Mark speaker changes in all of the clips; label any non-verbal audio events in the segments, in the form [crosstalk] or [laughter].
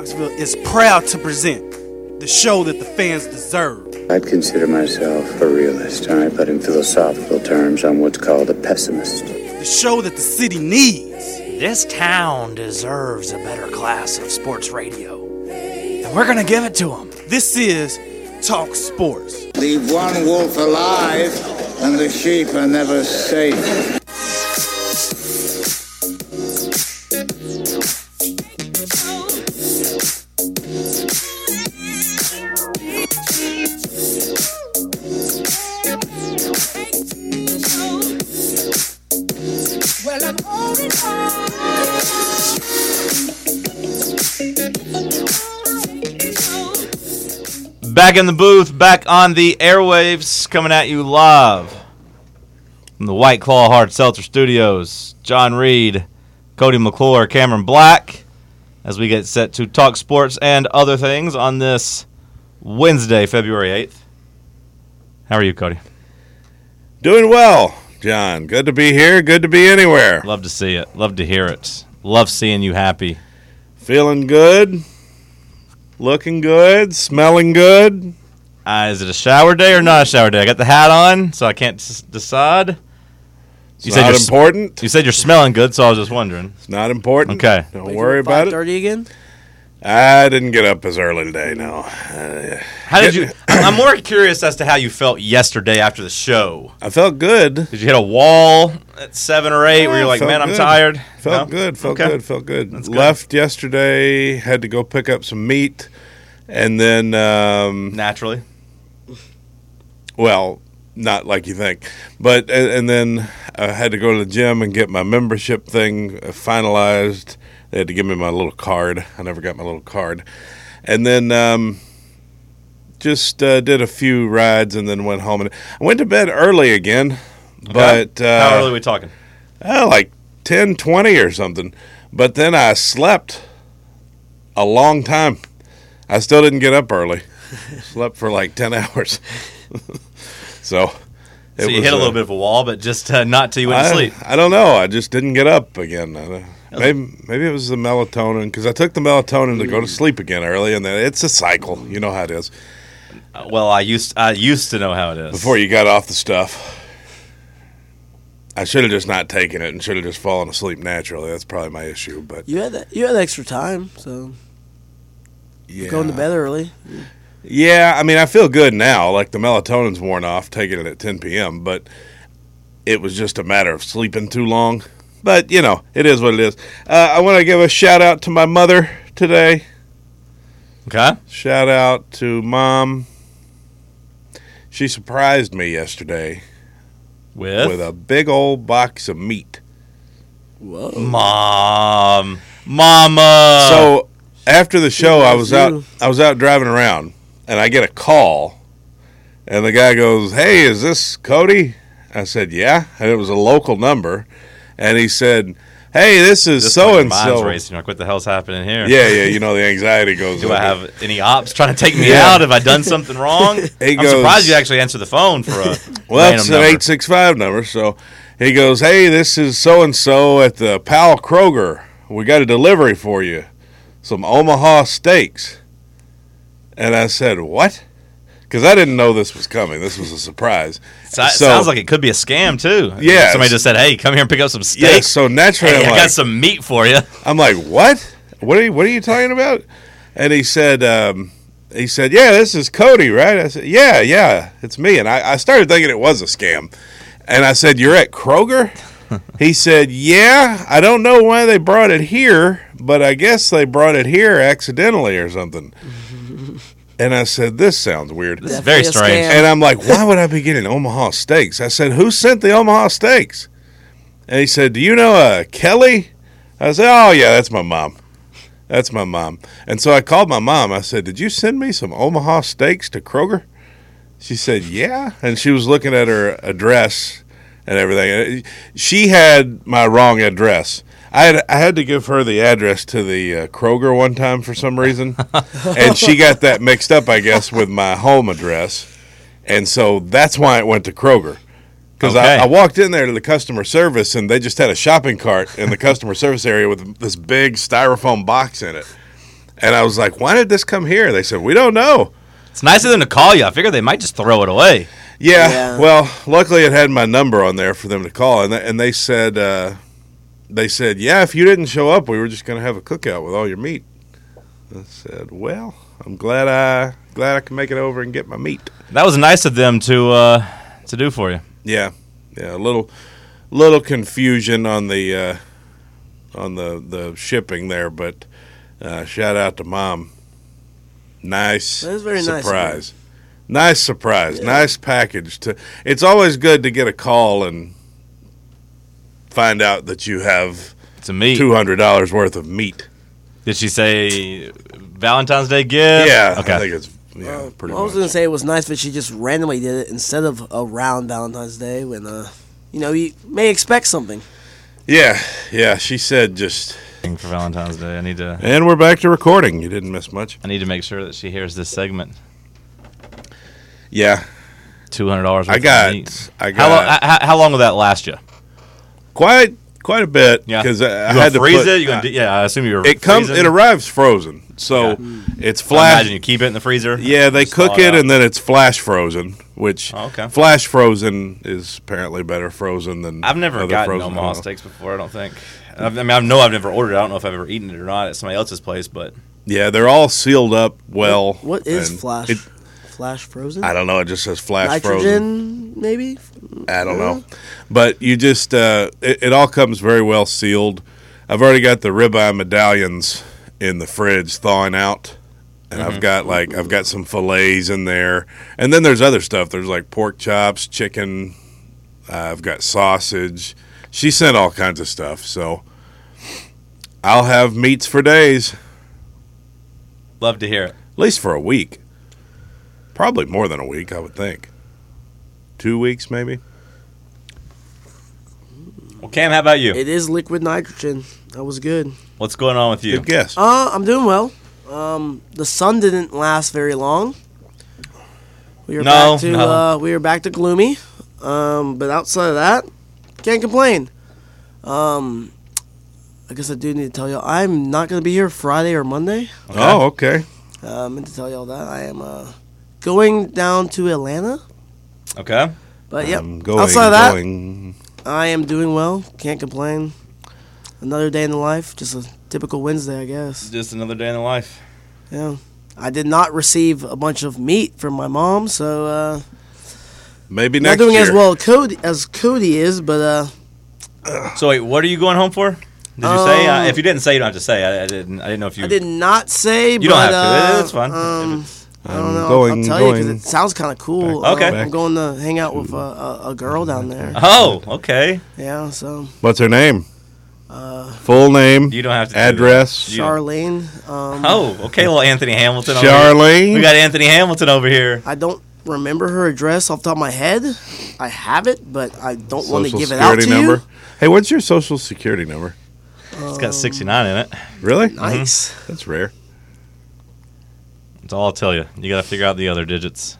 Speaker 1: Knoxville is proud to present the show that the fans deserve.
Speaker 2: I'd consider myself a realist, all right, but in philosophical terms, I'm what's called a pessimist.
Speaker 1: The show that the city needs.
Speaker 3: This town deserves a better class of sports radio. And we're going to give it to them.
Speaker 1: This is Talk Sports.
Speaker 4: Leave one wolf alive, and the sheep are never safe.
Speaker 5: Back in the booth, back on the airwaves, coming at you live from the White Claw Hard Seltzer Studios. John Reed, Cody McClure, Cameron Black, as we get set to talk sports and other things on this Wednesday, February 8th. How are you, Cody?
Speaker 6: Doing well, John. Good to be here. Good to be anywhere.
Speaker 5: Love to see it. Love to hear it. Love seeing you happy.
Speaker 6: Feeling good. Looking good. Smelling good.
Speaker 5: Uh, is it a shower day or not a shower day? I got the hat on, so I can't s- decide.
Speaker 6: It's not
Speaker 5: you're s-
Speaker 6: important.
Speaker 5: You said you're smelling good, so I was just wondering.
Speaker 6: It's not important.
Speaker 5: Okay.
Speaker 6: Don't worry about it.
Speaker 1: Dirty again?
Speaker 6: I didn't get up as early today, no. Uh,
Speaker 5: How did you? I'm more curious as to how you felt yesterday after the show.
Speaker 6: I felt good.
Speaker 5: Did you hit a wall at seven or eight where you're
Speaker 6: Yeah,
Speaker 5: like,
Speaker 6: felt
Speaker 5: man, I'm
Speaker 6: good.
Speaker 5: tired?
Speaker 6: Felt
Speaker 5: No?
Speaker 6: good. Felt
Speaker 5: Okay.
Speaker 6: good. Felt good.
Speaker 5: That's good.
Speaker 6: Left yesterday. Had to go pick up some meat, and then um,
Speaker 5: Naturally.
Speaker 6: well, not like you think, but and, and then I had to go to the gym and get my membership thing uh, finalized. They had to give me my little card. I never got my little card, and then um, just uh, did a few rides and then went home and I went to bed early again, but uh,
Speaker 5: how early are we talking?
Speaker 6: oh, like 10, 20 or something. But then I slept a long time. I still didn't get up
Speaker 5: [laughs]
Speaker 6: early. slept for like 10 hours. [laughs] so, it
Speaker 5: So you
Speaker 6: was,
Speaker 5: hit a
Speaker 6: uh,
Speaker 5: little bit of a wall, but just uh, not till you went
Speaker 6: I,
Speaker 5: to sleep.
Speaker 6: I don't know. I just didn't get up again. I don't- Maybe, maybe it was the melatonin because I took the melatonin to go to sleep again early, and then it's a cycle. You know how it is.
Speaker 5: Uh, Well, I used I used to know how it is.
Speaker 6: Before you got off the stuff, I should have just not taken it and should have just fallen asleep naturally. That's probably my issue. But
Speaker 7: You had that. You had extra time, so
Speaker 6: yeah.
Speaker 7: going to bed early.
Speaker 6: Yeah, I mean, I feel good now. Like the melatonin's worn off, taking it at 10 p.m., but it was just a matter of sleeping too long. But, you know, it is what it is. Uh, I want to give a shout out to my mother today.
Speaker 5: okay.
Speaker 6: Shout out to mom. She surprised me yesterday
Speaker 5: With,
Speaker 6: with a big old box of meat.
Speaker 7: Whoa!
Speaker 5: mom, mama. Uh,
Speaker 6: so after the show, I
Speaker 7: loves
Speaker 6: was out.
Speaker 7: you.
Speaker 6: I was out driving around, and I get a call, and the guy goes, "Hey, is this Cody?" I said, "Yeah," and it was a local number, and he said, "Hey, this is
Speaker 5: This
Speaker 6: so
Speaker 5: one,
Speaker 6: and
Speaker 5: mine's
Speaker 6: so."
Speaker 5: racing. Like, what the hell's happening here?
Speaker 6: Yeah, yeah, you know the anxiety goes.
Speaker 5: [laughs] Do
Speaker 6: with
Speaker 5: I
Speaker 6: it.
Speaker 5: have any ops trying to take me
Speaker 6: Yeah.
Speaker 5: out? Have I done something
Speaker 6: [laughs]
Speaker 5: wrong? I'm
Speaker 6: goes-
Speaker 5: surprised you actually answered the phone for a
Speaker 6: [laughs] Well,
Speaker 5: random
Speaker 6: that's an
Speaker 5: number.
Speaker 6: eight six five number. So he goes, "Hey, this is so and so at the Powell Kroger. We got a delivery for you, some Omaha steaks." And I said, "What?" Because I didn't know this was coming. This was a surprise.
Speaker 5: So, sounds like it could be a scam too.
Speaker 6: Yes.
Speaker 5: somebody just said, "Hey, come here and pick up some
Speaker 6: yeah.
Speaker 5: steaks."
Speaker 6: So naturally,
Speaker 5: hey,
Speaker 6: I'm
Speaker 5: I
Speaker 6: like,
Speaker 5: got some meat for you. [laughs]
Speaker 6: I'm like, what? What are you? What are you talking about? And he said, um, he said, yeah, this is Cody, right? I said, yeah, yeah, it's me. And I, I started thinking it was a scam. And I said, you're at Kroger. he said, yeah. I don't know why they brought it here, but I guess they brought it here accidentally or something. and I said, this sounds weird.
Speaker 5: It's very
Speaker 7: Definitely a
Speaker 5: strange.
Speaker 7: scam.
Speaker 6: And I'm like, why would I be getting Omaha steaks? I said, who sent the Omaha steaks? And he said, do you know uh, Kelly? I said, oh, yeah, that's my mom. That's my mom. And so I called my mom. I said, did you send me some Omaha steaks to Kroger? She said, yeah. And she was looking at her address and everything. She had my wrong address. I had, I had to give her the address to the uh, Kroger one time for some reason. and she got that mixed up, I guess, with my home address. And so that's why it went to Kroger. Because
Speaker 5: Okay.
Speaker 6: I, I walked in there to the customer service and they just had a shopping cart in the customer service area with this big styrofoam box in it. And I was like, why did this come here? They said, we don't know.
Speaker 5: It's nice of them to call you. I figure they might just throw it away.
Speaker 6: Yeah,
Speaker 7: Yeah.
Speaker 6: Well, luckily it had my number on there for them to call, and th- and they said uh, they said, yeah, if you didn't show up, we were just gonna have a cookout with all your meat. I said, well, I'm glad I glad I can make it over and get my meat.
Speaker 5: That was nice of them to uh, to do for you.
Speaker 6: Yeah, yeah. A little little confusion on the uh, on the the shipping there, but uh, shout out to mom. Nice
Speaker 7: That is very nice of her.
Speaker 6: surprise. Nice surprise. Nice package. To it's always good to get a call and find out that you have
Speaker 5: To me,
Speaker 6: two hundred dollars worth of meat.
Speaker 5: did she say Valentine's Day gift?
Speaker 6: Yeah, I
Speaker 5: Okay.
Speaker 6: think it's yeah,
Speaker 7: Well,
Speaker 6: pretty
Speaker 7: I was
Speaker 6: much.
Speaker 7: gonna say it was nice that she just randomly did it instead of around Valentine's Day when uh, you know, you may expect something.
Speaker 6: yeah, yeah. She said just,
Speaker 5: For Valentine's Day, I need to
Speaker 6: and we're back to recording. You didn't miss much.
Speaker 5: I need to make sure that she hears this segment.
Speaker 6: Yeah,
Speaker 5: Two hundred dollars.
Speaker 6: I got, I got.
Speaker 5: How, lo- h- h- how long will that last you?
Speaker 6: quite quite a bit
Speaker 5: Yeah.
Speaker 6: because I, I
Speaker 5: You gonna
Speaker 6: had to
Speaker 5: freeze
Speaker 6: put-
Speaker 5: it? You gonna? d yeah, I assume you're.
Speaker 6: it comes
Speaker 5: freezing.
Speaker 6: it arrives frozen so
Speaker 5: Yeah.
Speaker 6: it's
Speaker 5: I
Speaker 6: flash
Speaker 5: imagine you keep it in the freezer.
Speaker 6: yeah they
Speaker 5: Just thaw
Speaker 6: cook it
Speaker 5: out.
Speaker 6: and then it's flash frozen which
Speaker 5: Oh, okay.
Speaker 6: flash frozen is apparently better frozen than
Speaker 5: I've never
Speaker 6: other
Speaker 5: gotten
Speaker 6: frozen
Speaker 5: Omaha
Speaker 6: oil.
Speaker 5: steaks before. I don't think. I've, I mean, I know I've never ordered. it. I don't know if I've ever eaten it or not at somebody else's place, but
Speaker 6: yeah they're all sealed up well
Speaker 7: What is
Speaker 6: and
Speaker 7: flash?
Speaker 6: it-
Speaker 7: flash frozen?
Speaker 6: I don't know it just says flash frozen
Speaker 7: Nitrogen, maybe.
Speaker 6: I don't know. But you just, uh, it, it all comes very well sealed. I've already got the ribeye medallions in the fridge thawing out. And I've got like, I've got some fillets in there. And then there's other stuff. There's like pork chops, chicken. Uh, I've got sausage. She sent all kinds of stuff. So I'll have meats for days, at
Speaker 5: love to hear it.
Speaker 6: least for a week. Probably more than a week, I would think. Two weeks, maybe.
Speaker 5: Well, Cam, how about you?
Speaker 7: It is liquid nitrogen. That was good.
Speaker 5: What's going on with you?
Speaker 6: Good guess.
Speaker 7: Uh, I'm doing well. Um, the sun didn't last very long. We were
Speaker 5: No,
Speaker 7: back to
Speaker 5: no.
Speaker 7: uh, we were back to gloomy. Um, but outside of that, can't complain. Um, I guess I do need to tell y'all I'm not gonna be here Friday or Monday.
Speaker 6: Oh, okay.
Speaker 7: Uh, I meant to tell y'all that I am uh, going down to Atlanta.
Speaker 5: Okay.
Speaker 7: But yeah,
Speaker 6: I'm going,
Speaker 7: outside of that,
Speaker 6: going.
Speaker 7: I am doing well. Can't complain. Another day in the life. Just a typical Wednesday, I guess.
Speaker 5: Just another day in the life.
Speaker 7: Yeah. I did not receive a bunch of meat from my mom, so uh,
Speaker 6: Maybe
Speaker 7: not
Speaker 6: next
Speaker 7: doing
Speaker 6: year.
Speaker 7: as well Cody, as Cody is. But uh,
Speaker 5: So wait, what are you going home for? Did you say? Uh,
Speaker 7: Um,
Speaker 5: if you didn't say, you don't have to say. I, I didn't. I didn't know if you.
Speaker 7: I did not say.
Speaker 5: You
Speaker 7: but,
Speaker 5: don't have to.
Speaker 7: Uh,
Speaker 5: It's fine.
Speaker 7: Um, I don't know. I'll-
Speaker 6: going-
Speaker 7: I'll tell you 'cause
Speaker 6: going-
Speaker 7: it sounds kind of cool.
Speaker 5: Back-
Speaker 7: Um,
Speaker 5: Okay.
Speaker 7: I'm going to hang out with a, a, a girl down there.
Speaker 5: Oh, okay.
Speaker 7: Yeah. So
Speaker 6: What's her name?
Speaker 7: Uh,
Speaker 6: Full name.
Speaker 5: You don't have to. do that.
Speaker 6: address.
Speaker 5: You-
Speaker 7: Charlene. Um,
Speaker 5: Oh, okay. Little Anthony Hamilton. over here.
Speaker 6: Charlene.
Speaker 5: We got Anthony Hamilton over here.
Speaker 7: I don't remember her address off the top of my head. I have it, but I don't want to
Speaker 6: Social
Speaker 7: give it out to
Speaker 6: security number. Hey, what's your social security number?
Speaker 5: It's
Speaker 7: Um,
Speaker 5: got 69 in it.
Speaker 6: Really? Uh-huh.
Speaker 7: you.
Speaker 5: Mm-hmm. [laughs]
Speaker 7: Nice.
Speaker 6: That's rare.
Speaker 5: That's all I'll tell you. You got to figure out the other digits.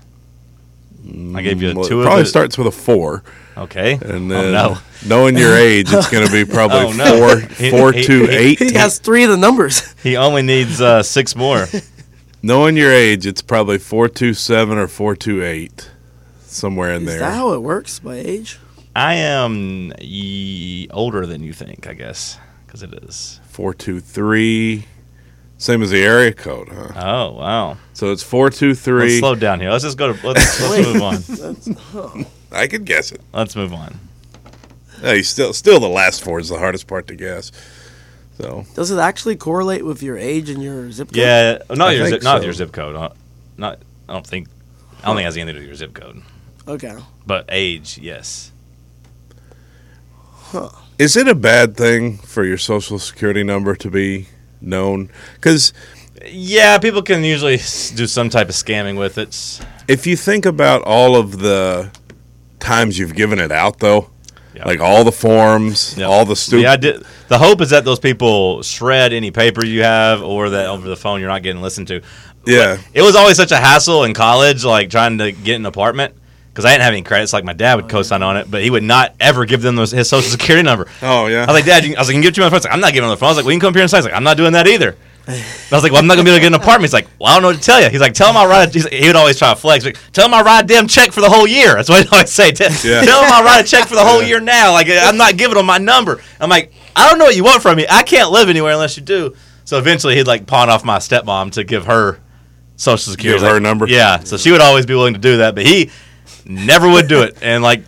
Speaker 5: I gave you
Speaker 6: Mm, Well, it
Speaker 5: two
Speaker 6: probably
Speaker 5: of the,
Speaker 6: starts with a four,
Speaker 5: Okay.
Speaker 6: and
Speaker 5: oh,
Speaker 6: then
Speaker 5: no.
Speaker 6: knowing
Speaker 7: [laughs]
Speaker 6: your age, it's going to be probably
Speaker 5: Oh, no.
Speaker 6: four,
Speaker 5: He-
Speaker 6: four,
Speaker 5: he-
Speaker 6: two,
Speaker 5: he-
Speaker 6: eight.
Speaker 7: He has three of the numbers.
Speaker 5: He only needs uh, six more.
Speaker 6: Knowing your age, it's probably four, two, seven, or four, two, eight, somewhere in
Speaker 7: Is
Speaker 6: there.
Speaker 7: that how it works by age?
Speaker 5: I am ye- older than you think, I guess, because it is.
Speaker 6: Four, two, three. Same as the area code, huh?
Speaker 5: Oh wow!
Speaker 6: So it's four, two,
Speaker 5: Let's
Speaker 6: three.
Speaker 5: slow down here. Let's just go to. Let's, let's
Speaker 7: Wait.
Speaker 5: move on.
Speaker 6: I could guess it.
Speaker 5: Let's move on.
Speaker 6: Hey, still, still the last four is the hardest part to guess. So
Speaker 7: Does it actually correlate with your age and your zip code?
Speaker 5: Yeah, not
Speaker 6: I
Speaker 5: your
Speaker 6: think
Speaker 5: zip, not
Speaker 6: so.
Speaker 5: your zip code. Not, not. I don't think. I don't think it has anything to do with your zip code.
Speaker 7: Okay.
Speaker 5: But age, yes.
Speaker 6: is it a bad thing for your social security number to be known? Because
Speaker 5: Yeah, people can usually s- do some type of scamming with it.
Speaker 6: if you think about all of the times you've given it out, though,
Speaker 5: Yeah.
Speaker 6: like all the forms,
Speaker 5: Yeah.
Speaker 6: all the stupid,
Speaker 5: The, idea, the hope is that those people shred any paper you have, or that over the phone you're not getting listened to.
Speaker 6: yeah,
Speaker 5: It was always such a hassle in college, like trying to get an apartment. Because I didn't have any credits, like my dad would co-sign on it, but he would not ever give them those, his social security number.
Speaker 6: oh yeah,
Speaker 5: I was like, Dad, you, I was like, you can give it to my friends. Like, I'm not giving them the phone. I was like, we can come up here and sign. He's like, I'm not doing that either. I was like, well, I'm not gonna be able to get an apartment. He's like, well, I don't know what to tell you. He's like, tell him I write. A, he's like- he would always try to flex. Like, tell him I write a damn check for the whole year. That's what he always say. Tell,
Speaker 6: Yeah.
Speaker 5: [laughs] tell him I write a check for the whole year now. Like, I'm not giving him my number. I'm like, I don't know what you want from me. I can't live anywhere unless you do. So eventually, he'd like pawn off my stepmom to give her social security.
Speaker 6: Give her
Speaker 5: Like,
Speaker 6: number?
Speaker 5: Yeah. So she would always be willing to do that, but he never would do it. And like,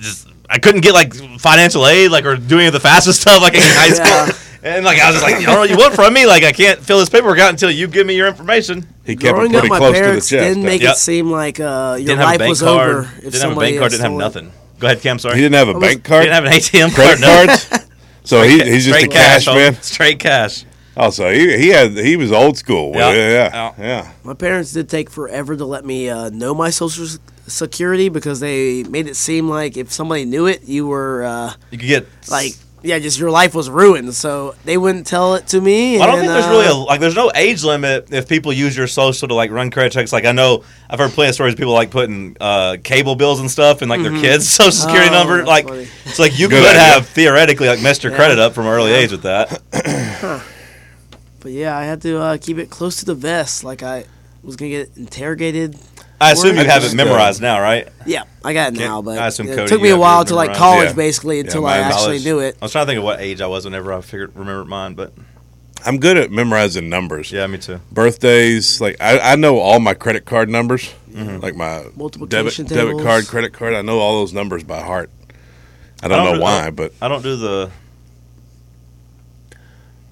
Speaker 5: just I couldn't get like financial aid, like or doing the fastest [laughs] stuff, like in high school.
Speaker 7: Yeah.
Speaker 5: And like I was just like, I don't know what you want from me. Like I can't fill this paperwork out until you give me your information.
Speaker 6: He kept it
Speaker 7: Growing up,
Speaker 6: pretty
Speaker 7: my
Speaker 6: close to the
Speaker 7: parents
Speaker 6: chest.
Speaker 7: didn't make
Speaker 5: Yep.
Speaker 7: it seem like uh, your
Speaker 5: Didn't have a
Speaker 7: life
Speaker 5: bank
Speaker 7: was
Speaker 5: card.
Speaker 7: over. If
Speaker 5: didn't have a
Speaker 7: somebody
Speaker 5: bank card. Didn't have
Speaker 7: had stolen
Speaker 5: nothing. Go ahead, Cam. Sorry.
Speaker 6: he didn't have a
Speaker 7: Almost-
Speaker 6: bank card,
Speaker 5: Didn't have an ATM
Speaker 6: [laughs] credit
Speaker 5: card. No.
Speaker 6: cards. So he, he's just a
Speaker 5: Straight
Speaker 6: cash,
Speaker 5: cash,
Speaker 6: man.
Speaker 5: man. Straight cash.
Speaker 6: Oh, so he, he had he was old school.
Speaker 5: Yeah.
Speaker 6: Yeah, yeah,
Speaker 5: Yeah.
Speaker 6: yeah.
Speaker 7: it. My parents did take forever to let me uh, know my social s- security because they made it seem like if somebody knew it, you were uh,
Speaker 5: You could get
Speaker 7: like, yeah, just your life was ruined. So they wouldn't tell it to me. [laughs]
Speaker 5: Well, I don't
Speaker 7: and,
Speaker 5: think there's
Speaker 7: uh,
Speaker 5: really a like. There's no age limit if people use your social to like run credit checks. Like I know I've heard plenty of stories of people like putting uh, cable bills and stuff and like their kids' [laughs] social security
Speaker 7: Oh,
Speaker 5: number.
Speaker 7: that's
Speaker 5: Like
Speaker 7: funny.
Speaker 5: it's like you
Speaker 6: Good
Speaker 5: could
Speaker 6: idea.
Speaker 5: have theoretically like messed your credit up from an early age with
Speaker 7: [laughs]
Speaker 5: that.
Speaker 7: But yeah, I had to uh, keep it close to the vest. Like I was gonna get interrogated.
Speaker 5: I assume you
Speaker 7: Word.
Speaker 5: have
Speaker 6: Just,
Speaker 5: it
Speaker 6: uh,
Speaker 5: memorized now, right?
Speaker 7: Yeah, I got it
Speaker 5: Yeah,
Speaker 7: now, but
Speaker 5: I assume,
Speaker 7: it
Speaker 5: Cody,
Speaker 7: took
Speaker 5: you
Speaker 7: me a
Speaker 5: have
Speaker 7: while
Speaker 5: yours
Speaker 7: to like
Speaker 5: memorized.
Speaker 7: college,
Speaker 6: Yeah.
Speaker 7: basically, until I
Speaker 6: mine in
Speaker 7: actually
Speaker 5: College.
Speaker 7: knew it.
Speaker 5: I was trying to think of what age I was whenever I figured remembered mine, but
Speaker 6: I'm good at memorizing numbers.
Speaker 5: yeah, me too.
Speaker 6: Birthdays, like I, I know all my credit card numbers,
Speaker 5: Mm-hmm.
Speaker 6: like my debit
Speaker 7: Multiplication
Speaker 6: debit
Speaker 7: tables.
Speaker 6: card, credit card. I know all those numbers by heart. I don't, know
Speaker 5: do- [laughs]
Speaker 6: why, but
Speaker 5: I don't do the.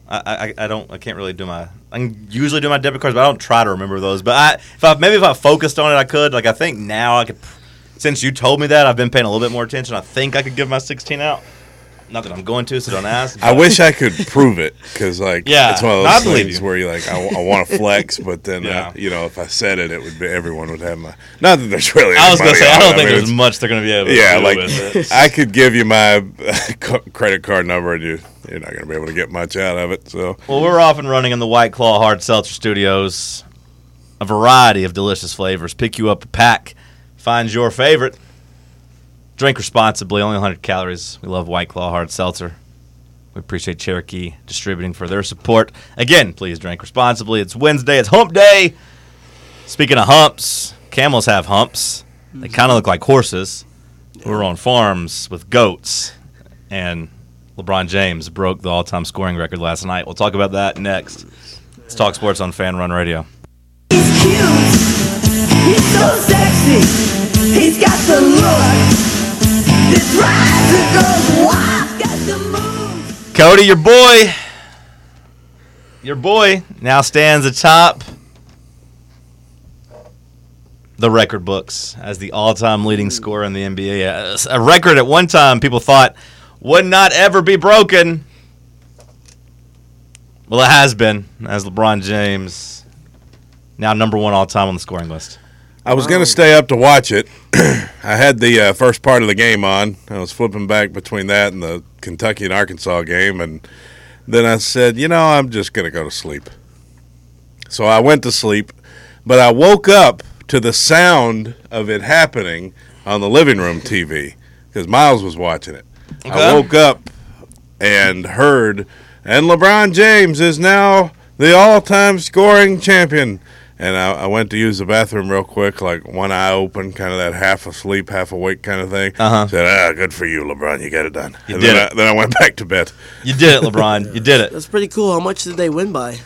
Speaker 5: I, I, I don't I can't really do my I can usually do my debit cards but I don't try to remember those but I if I maybe if I focused on it I could like I think now I could since you told me that I've been paying a little bit more attention I think I could give my 16 out not that I'm going to so don't ask
Speaker 6: I wish I could prove it because, like,
Speaker 5: Yeah,
Speaker 6: it's one of
Speaker 5: no, I
Speaker 6: those
Speaker 5: believe
Speaker 6: things
Speaker 5: you.
Speaker 6: where you're like, I,
Speaker 5: [laughs]
Speaker 6: want to flex, but then,
Speaker 5: Yeah.
Speaker 6: uh, you know, if I said it, it would be everyone would have my. Not that there's really.
Speaker 5: I was gonna
Speaker 6: anybody
Speaker 5: say I
Speaker 6: out,
Speaker 5: don't think
Speaker 6: mean,
Speaker 5: there's much they're gonna be able to
Speaker 6: Yeah,
Speaker 5: do
Speaker 6: like
Speaker 5: with it.
Speaker 6: [laughs] I could give you my [laughs] uh, credit card number, and you you're not gonna be able to get much out of it. So
Speaker 5: Well, we're off and running in the White Claw Hard Seltzer Studios. A variety of delicious flavors. Pick you up a pack. Find your favorite. Drink responsibly. Only 100 calories. We love White Claw Hard Seltzer. We appreciate Cherokee Distributing for their support. Again, please drink responsibly. It's Wednesday. It's Hump Day. Speaking of humps, camels have humps. They kind of look like horses. We were on farms with goats and LeBron James broke the all-time scoring record last night. We'll talk about that next. Let's talk sports on Fan Run Radio.
Speaker 8: He's cute. He's so sexy. He's got the look. This rider goes wild. Got the moves.
Speaker 5: Cody, your boy, your boy now stands atop the record books as the all-time leading scorer in the NBA. A- A record at one time people thought would not ever be broken. Well, it has been as LeBron James now number one all time on the scoring list.
Speaker 6: I was gonna stay up to watch it. [clears throat] I had the uh, first part of the game on. I was flipping back between that and the Kentucky and Arkansas game, and then I said, you know, I'm just gonna go to sleep. So I went to sleep, but I woke up to the sound of it happening on the living room TV because Miles was watching it.
Speaker 5: Okay.
Speaker 6: I woke up and heard, and LeBron James is now the all time scoring champion. And I, I went to use the bathroom real quick, like one eye open, kind of that half asleep, half awake kind of thing.
Speaker 5: Uh-huh.
Speaker 6: Said, ah, good for you, LeBron. You got it done.
Speaker 5: You
Speaker 6: and
Speaker 5: did
Speaker 6: then,
Speaker 5: it.
Speaker 6: I, then I went [laughs] back to bed.
Speaker 5: You did it, LeBron. You did it.
Speaker 7: That's pretty cool. How much did they win by?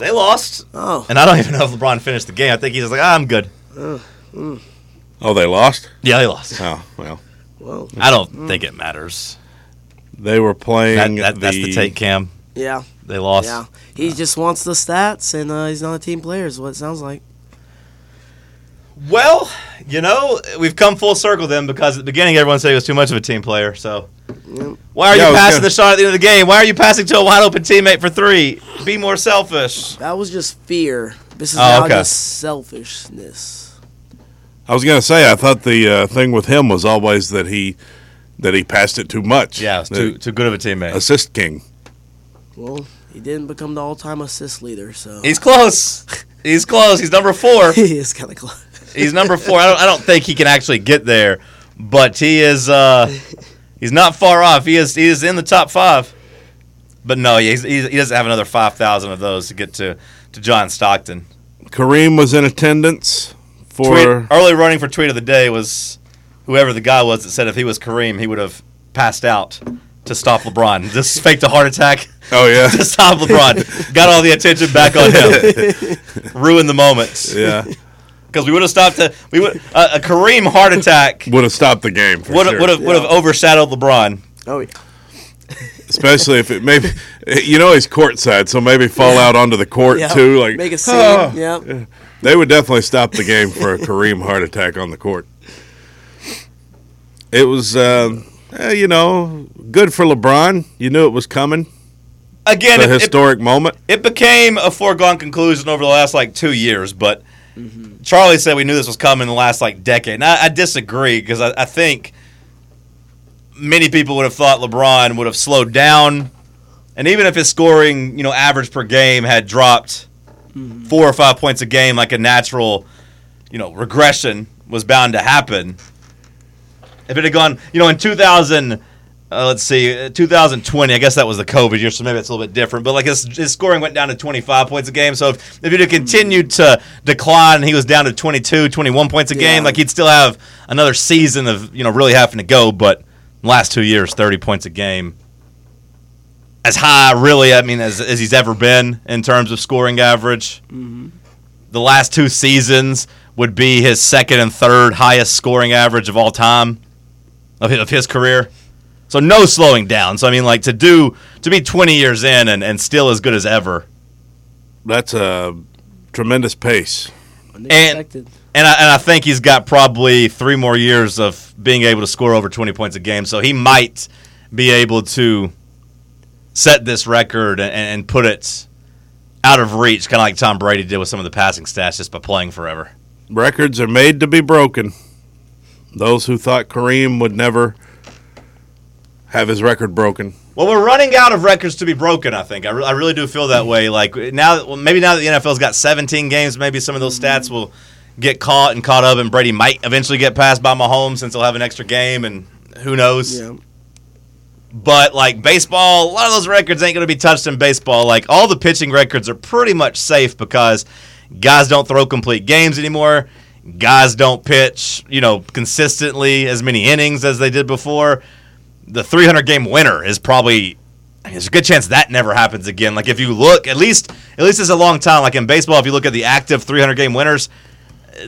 Speaker 5: They lost.
Speaker 7: Oh,
Speaker 5: And I don't even know if LeBron finished the game. I think he's just like, ah, I'm good.
Speaker 6: Oh, they lost?
Speaker 5: Yeah, they lost.
Speaker 6: Oh, well.
Speaker 7: well,
Speaker 5: I don't think it matters.
Speaker 6: They were
Speaker 5: That,
Speaker 6: playing.
Speaker 5: that, that's the take, Cam.
Speaker 7: yeah,
Speaker 5: They lost.
Speaker 7: yeah. He just wants the stats, and uh, he's not a team player. Is what it sounds like.
Speaker 5: Well, you know, we've come full circle then because at the beginning everyone said he was too much of a team player. So why are
Speaker 6: Yeah, I
Speaker 5: you
Speaker 6: was
Speaker 5: passing
Speaker 6: gonna-
Speaker 5: the shot at the end of the game? Why are you passing to a wide open teammate for three? Be more selfish.
Speaker 7: That was just fear. This is
Speaker 5: Oh,
Speaker 7: now
Speaker 5: okay.
Speaker 7: just selfishness.
Speaker 6: I was gonna say. I thought the uh, thing with him was always that he that he passed it too much.
Speaker 5: Yeah, it's
Speaker 6: The
Speaker 5: too too good of a teammate.
Speaker 6: assist king.
Speaker 7: Well, he didn't become the all-time assist leader, so [laughs]
Speaker 5: He's close. He's close. He's number four.
Speaker 7: he is kind of close.
Speaker 5: He's number four. I don't, I don't think he can actually get there, but he is. Uh, he's not far off. He is. He is in the top five. But no, he's, he's, he doesn't have another 5,000 of those to get to, to John Stockton.
Speaker 6: Kareem was in attendance
Speaker 5: Tweet,
Speaker 6: for.
Speaker 7: Oh,
Speaker 5: early running for tweet of the day was whoever the guy was that said if he was Kareem, he would have passed out to stop LeBron. [laughs] Just faked a heart attack [laughs]
Speaker 6: Oh yeah,
Speaker 5: to stop LeBron. Got all the attention back on him. Ruined the moment.
Speaker 6: [laughs] yeah.
Speaker 5: Because we would have stopped a, we would, a, a Kareem heart attack
Speaker 6: Would have stopped the game for
Speaker 5: would
Speaker 6: sure.
Speaker 5: would have would have overshadowed LeBron.
Speaker 7: Oh, yeah.
Speaker 6: Especially if it maybe [laughs] you know he's courtside, so maybe fall out onto the court
Speaker 7: Yeah.
Speaker 6: too. Like
Speaker 7: Make a scene.
Speaker 6: "Ah." [laughs]
Speaker 7: Yeah.
Speaker 6: They would definitely stop the game for a [laughs] Kareem heart attack on the court. It was, uh, eh, you know, good for LeBron. You knew it was coming.
Speaker 5: Again,
Speaker 6: The
Speaker 5: it, it,
Speaker 6: historic moment.
Speaker 5: it became a foregone conclusion over the last like two years, but
Speaker 6: Mm-hmm.
Speaker 5: Charlie said we knew this was coming the last like decade. And I, I disagree because I, I think many people would have thought LeBron would have slowed down, and even if his scoring you know average per game had dropped
Speaker 6: Mm-hmm.
Speaker 5: four or five points a game, like a natural you know regression was bound to happen. If it had gone, you know, in 2000, uh, let's see, uh, 2020, I guess that was the COVID year, so maybe it's a little bit different. But like his, his scoring went down to 25 points a game. So if, if it had continued to decline and he was down to 22, 21 points a game, like he'd still have another season of, you know, really having to go. But last two years, 30 points a game. As high, really, I mean, as, as he's ever been in terms of scoring average. The last two seasons would be his second and third highest scoring average of all time of his, of his career. So no slowing down. So I mean, like to do to be 20 years in and, and still as good as ever.
Speaker 6: That's a tremendous pace.
Speaker 7: Unexpected.
Speaker 5: And I, and I think he's got probably three more years of being able to score over 20 points a game. So he might be able to set this record and, and put it out of reach, kind of like Tom Brady did with some of the passing stats, just by playing forever.
Speaker 6: Records are made to be broken. Those who thought Kareem would never have his record broken.
Speaker 5: Well, we're running out of records to be broken. I think I, re- I really do feel that way. Like now, well, maybe now that the NFL's got 17 games, maybe some of those stats will get caught and caught up, and Brady might eventually get passed by Mahomes since he'll have an extra game, and who knows.
Speaker 7: Yeah.
Speaker 5: But like baseball, a lot of those records ain't going to be touched in baseball. Like all the pitching records are pretty much safe because guys don't throw complete games anymore. Guys don't pitch, you know, consistently as many innings as they did before. The 300 game winner is probably I mean, there's a good chance that never happens again. Like if you look, at least at least it's a long time. Like in baseball, if you look at the active 300 game winners,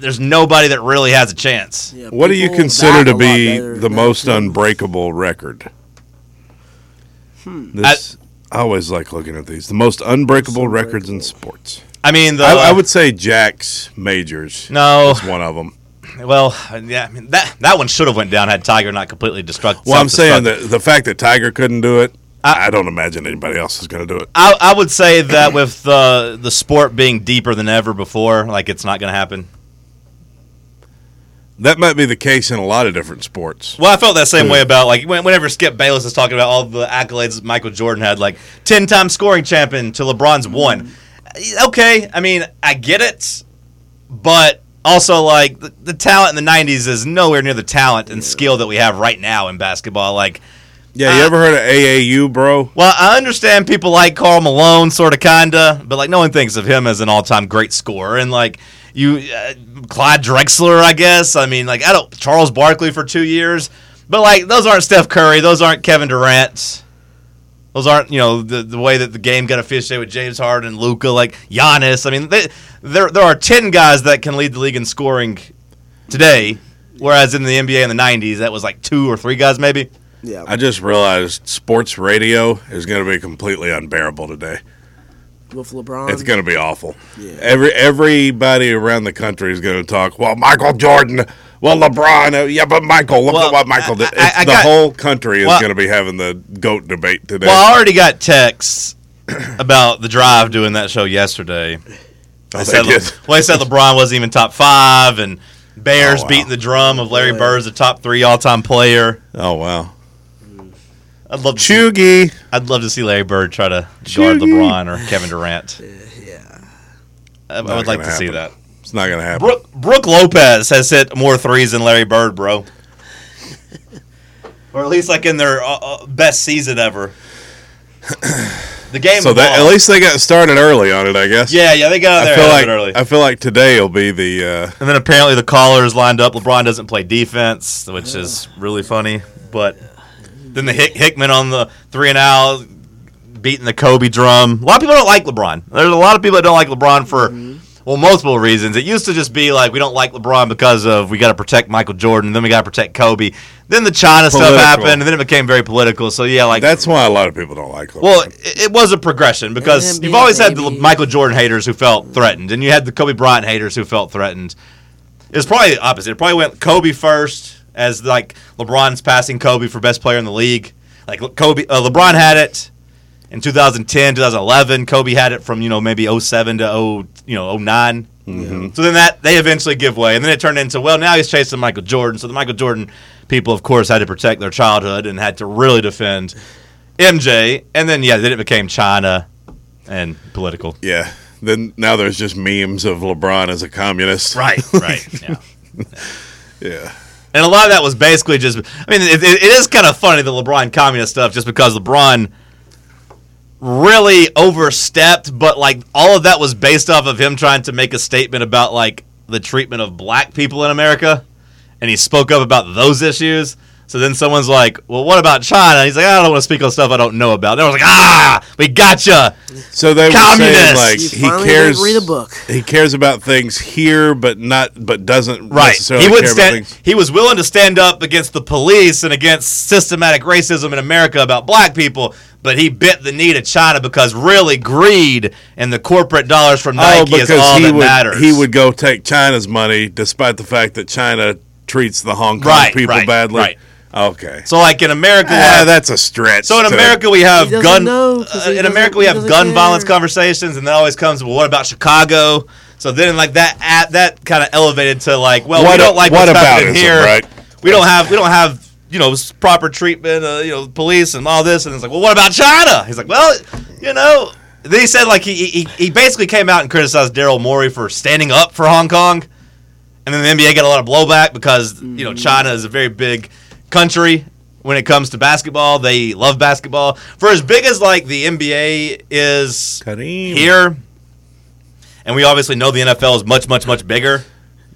Speaker 5: there's nobody that really has a chance.
Speaker 7: Yeah,
Speaker 6: What do you
Speaker 7: people
Speaker 6: consider
Speaker 7: bat a
Speaker 6: to
Speaker 7: lot
Speaker 6: be
Speaker 7: better
Speaker 6: the
Speaker 7: now.
Speaker 6: most unbreakable record?
Speaker 7: Hmm.
Speaker 6: This, I, always like looking at these. The most unbreakable records in sports.
Speaker 5: I mean, the,
Speaker 6: I, I would say Jack's Majors.
Speaker 5: no.
Speaker 6: That's one of them.
Speaker 5: Well, yeah, I mean, that that one should have went down had Tiger not completely destruct.
Speaker 6: Well, I'm saying
Speaker 5: self-destructed.
Speaker 6: that the fact that Tiger couldn't do it, I, I don't imagine anybody else is going to do it.
Speaker 5: I, I would say that with uh, the the sport being deeper than ever before, like it's not going to happen.
Speaker 6: That might be the case in a lot of different sports.
Speaker 5: Well, I felt that same way about like when- whenever Skip Bayless is talking about all the accolades that Michael Jordan had, like ten time scoring champion to LeBron's one. Okay, I mean I get it, but also like the, the talent in the '90s is nowhere near the talent and skill that we have right now in basketball. Like
Speaker 6: Yeah, you
Speaker 5: Uh,
Speaker 6: ever heard of AAU, bro?
Speaker 5: Well, I understand people like Carl Malone, sort of, kinda, but like no one thinks of him as an all-time great scorer. And like you, uh, Clyde Drexler, I guess. I mean, like I don't Charles Barkley for two years, but like those aren't Steph Curry, those aren't Kevin Durant, those aren't you know the the way that the game got officiated with James Harden, and Luca, like Giannis. I mean, they, there there are ten guys that can lead the league in scoring today, whereas in the NBA in the '90s that was like two or three guys maybe.
Speaker 7: Yeah.
Speaker 6: I just realized sports radio is going to be completely unbearable today.
Speaker 7: with LeBron.
Speaker 6: It's going to be awful.
Speaker 7: Yeah.
Speaker 6: Every everybody around the country is going to talk. Well, Michael Jordan. Well, LeBron. uh, Yeah, but Michael. Look
Speaker 5: Well,
Speaker 6: at what Michael did.
Speaker 5: I- I-
Speaker 6: It's-
Speaker 5: I
Speaker 6: the
Speaker 5: got-
Speaker 6: whole country is
Speaker 5: Well-
Speaker 6: going to be having the goat debate today.
Speaker 5: Well, I already got texts [clears throat] about the drive doing that show yesterday.
Speaker 6: I
Speaker 5: They said,
Speaker 6: think it's-
Speaker 5: well, they said LeBron wasn't even top five, and Bears
Speaker 6: Oh, wow.
Speaker 5: beating the drum of Larry Bird's the top three all-time player.
Speaker 6: oh wow,
Speaker 5: I'd love to see,
Speaker 6: Chugi.
Speaker 5: I'd love to see Larry Bird try to guard LeBron or Kevin Durant. yeah, I, I would like to
Speaker 6: gonna
Speaker 5: see
Speaker 6: happen.
Speaker 5: that.
Speaker 6: It's not going to happen.
Speaker 5: Brooke, Brooke Lopez has hit more threes than Larry Bird, bro.
Speaker 6: [clears throat]
Speaker 5: or at least like in their uh, uh, best season ever. The game.
Speaker 6: So that at least they got started early on it, I guess.
Speaker 5: Yeah, yeah, they got out
Speaker 6: I
Speaker 5: there
Speaker 6: feel
Speaker 5: a
Speaker 6: like
Speaker 5: little bit early.
Speaker 6: I feel like today will be the uh,
Speaker 5: and then apparently the caller is lined up. LeBron doesn't play defense, which is really funny. But then the Hick- Hickman on the three and out, beating the Kobe drum. A lot of people don't like LeBron. There's a lot of people that don't like LeBron for well multiple reasons. It used to just be like we don't like LeBron because of we got to protect Michael Jordan, then we got to protect Kobe, then the China
Speaker 6: Political.
Speaker 5: stuff happened, and then it became very political. So yeah, like
Speaker 6: That's why a lot of people don't like him.
Speaker 5: Well, it, it was a progression because
Speaker 7: NBA,
Speaker 5: you've always had the
Speaker 7: baby.
Speaker 5: Michael Jordan haters who felt threatened, and you had the Kobe Bryant haters who felt threatened. It was probably the opposite. It probably went Kobe first, as like LeBron's passing Kobe for best player in the league. Like Le- Kobe, uh, LeBron had it in 2010, 2011. Kobe had it from you know maybe 07 to 0, you know 9 So then that they eventually give way, and then it turned into well now he's chasing Michael Jordan. So the Michael Jordan people, of course, had to protect their childhood and had to really defend MJ, and then yeah, then it became China and political.
Speaker 6: yeah. Then now there's just memes of LeBron as a
Speaker 5: [laughs]
Speaker 6: communist.
Speaker 5: Right, right. Yeah.
Speaker 6: Yeah.
Speaker 5: And a lot of that was basically just. I mean, it, it, it is kind of funny the LeBron communist stuff, just because LeBron really overstepped, but like all of that was based off of him trying to make a statement about like the treatment of black people in America, and he spoke up about those issues. So then someone's like, "Well, what about China?" And he's like, "I don't want to speak on stuff I don't know about." And everyone's like, "Ah, we gotcha."
Speaker 6: So they were saying
Speaker 5: Communist!
Speaker 6: like
Speaker 5: You
Speaker 6: he
Speaker 7: finally did
Speaker 6: cares.
Speaker 7: read a book.
Speaker 6: He cares about things here, but not, but doesn't
Speaker 5: Right.
Speaker 6: necessarily
Speaker 5: He would
Speaker 6: care
Speaker 5: stand.
Speaker 6: about things.
Speaker 5: He was willing to stand up against the police and against systematic racism in America about black people, but he bit the knee to China because really greed and the corporate dollars from
Speaker 6: Oh,
Speaker 5: Nike is all
Speaker 6: because he
Speaker 5: that
Speaker 6: would
Speaker 5: matters.
Speaker 6: he would go take China's money, despite the fact that China treats the Hong Kong
Speaker 5: Right,
Speaker 6: people
Speaker 5: right,
Speaker 6: badly.
Speaker 5: right.
Speaker 6: Okay.
Speaker 5: So, like in America, we
Speaker 6: Ah,
Speaker 5: have-
Speaker 6: that's a stretch.
Speaker 5: so in
Speaker 6: to-
Speaker 5: America we have
Speaker 7: He doesn't
Speaker 5: gun.
Speaker 7: know 'cause
Speaker 5: uh,
Speaker 7: he
Speaker 5: in
Speaker 7: doesn't-
Speaker 5: America we
Speaker 7: he
Speaker 5: have
Speaker 7: doesn't
Speaker 5: gun
Speaker 7: care.
Speaker 5: violence conversations, and that always comes. Well, what about Chicago? So then, like that, at, that kind of elevated to like, well,
Speaker 6: What
Speaker 5: we
Speaker 6: a-
Speaker 5: don't like
Speaker 6: what
Speaker 5: what's
Speaker 6: aboutism,
Speaker 5: happening here.
Speaker 6: right?
Speaker 5: We don't have we don't have you know s- proper treatment, uh, you know, police and all this. And it's like, well, what about China? He's like, well, you know. Then he said like he he, he basically came out and criticized Daryl Morey for standing up for Hong Kong, and then the NBA got a lot of blowback because you know China is a very big country when it comes to basketball. They love basketball for as big as like the NBA is
Speaker 6: Kareem.
Speaker 5: here, and we obviously know the NFL is much much much bigger.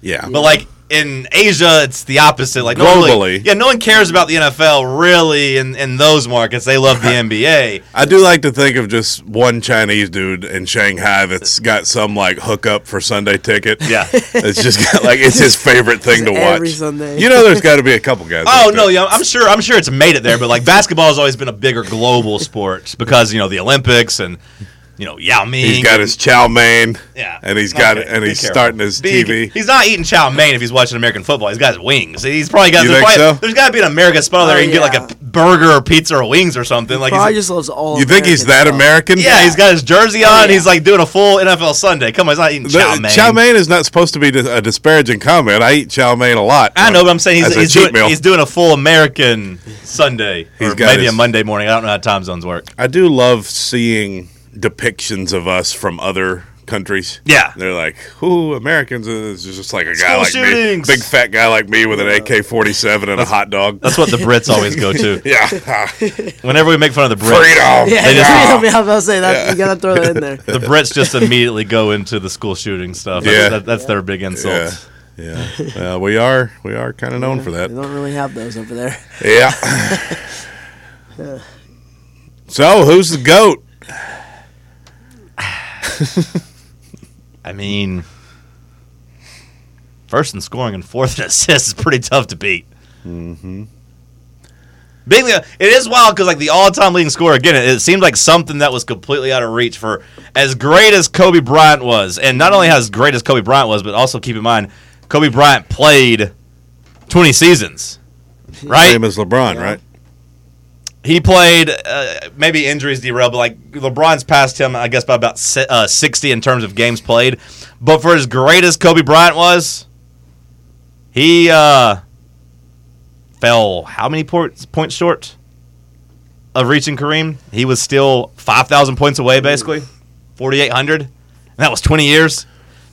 Speaker 6: yeah.
Speaker 5: But like in Asia, it's the opposite. Like no one really-
Speaker 6: Globally.
Speaker 5: yeah, no one cares about the NFL really in, in those markets. They love
Speaker 6: [laughs]
Speaker 5: the NBA.
Speaker 6: I do like to think of just one Chinese dude in Shanghai that's got some like hookup for Sunday
Speaker 5: [laughs]
Speaker 6: ticket.
Speaker 5: Yeah.
Speaker 6: it's just got, like it's his favorite thing to watch.
Speaker 7: Every Sunday.
Speaker 6: You know, there's got to be a couple guys.
Speaker 5: Oh
Speaker 6: like
Speaker 5: no,
Speaker 6: that.
Speaker 5: yeah, I'm sure. I'm sure it's made it there, but like basketball has always been a bigger global sport because you know the Olympics and you know Yao Ming.
Speaker 6: he's got his chow mein.
Speaker 5: yeah,
Speaker 6: and he's got
Speaker 5: Okay,
Speaker 6: and
Speaker 5: be
Speaker 6: he's
Speaker 5: careful.
Speaker 6: starting his
Speaker 5: Be-
Speaker 6: TV.
Speaker 5: He's not eating chow mein if he's watching American football. He's got his wings. He's probably got.
Speaker 6: You
Speaker 5: there's
Speaker 6: think
Speaker 5: probably-
Speaker 6: so?
Speaker 5: There's got to be an American spot there.
Speaker 7: Oh,
Speaker 5: you can get
Speaker 7: yeah.
Speaker 5: like a burger or pizza or wings or something. Like
Speaker 7: Probably
Speaker 5: he's,
Speaker 7: just loves all.
Speaker 6: You think he's that American?
Speaker 5: yeah, he's got his jersey on. and
Speaker 7: yeah.
Speaker 5: He's like doing a full NFL Sunday. Come on, he's not eating
Speaker 6: The-
Speaker 5: chow mein.
Speaker 6: chow mein is not supposed to be dis- a disparaging comment. I eat chow mein a lot.
Speaker 5: I know, but I'm saying he's,
Speaker 6: As a
Speaker 5: he's,
Speaker 6: cheat
Speaker 5: doing,
Speaker 6: meal.
Speaker 5: he's doing a full American Sunday
Speaker 6: He's
Speaker 5: or
Speaker 6: got
Speaker 5: maybe
Speaker 6: his-
Speaker 5: a Monday morning. I don't know how time zones work.
Speaker 6: I do love seeing depictions of us from other countries.
Speaker 5: Yeah.
Speaker 6: They're like, ooh, Americans is just like a guy
Speaker 5: School
Speaker 6: like
Speaker 5: shootings.
Speaker 6: me. Big fat guy like me with an AK 47 and a hot dog.
Speaker 5: That's what the Brits always go
Speaker 6: [laughs]
Speaker 5: to.
Speaker 6: yeah.
Speaker 5: Whenever we make fun of the Brits,
Speaker 6: Freedom.
Speaker 7: [laughs] Yeah,
Speaker 5: They just-
Speaker 7: yeah, yeah, I was about to say that. You gotta throw that
Speaker 6: [laughs]
Speaker 7: in there.
Speaker 5: the Brits just immediately go into the school shooting stuff. That's,
Speaker 6: Yeah.
Speaker 5: that, that's their big insult.
Speaker 6: Yeah. Yeah. Uh, we are we are kind of known for
Speaker 7: They
Speaker 6: that.
Speaker 7: don't really have those over there.
Speaker 6: Yeah. so, who's the goat?
Speaker 5: I mean, first in scoring and fourth in [laughs] assists is pretty tough to beat. Mm-hmm. Being the, it is wild because like the all-time leading scorer again, it, it seemed like something that was completely out of reach for as great as Kobe Bryant was, and not only as great as Kobe Bryant was, but also keep in mind Kobe Bryant played twenty seasons, right?
Speaker 6: Name is LeBron, right?
Speaker 5: He played uh, maybe injuries derailed, but like LeBron's passed him, I guess, by about si- uh, sixty in terms of games played. But for as great as Kobe Bryant was, he uh, fell how many points points short of reaching Kareem? He was still five thousand points away, basically forty eight hundred, and that was twenty years.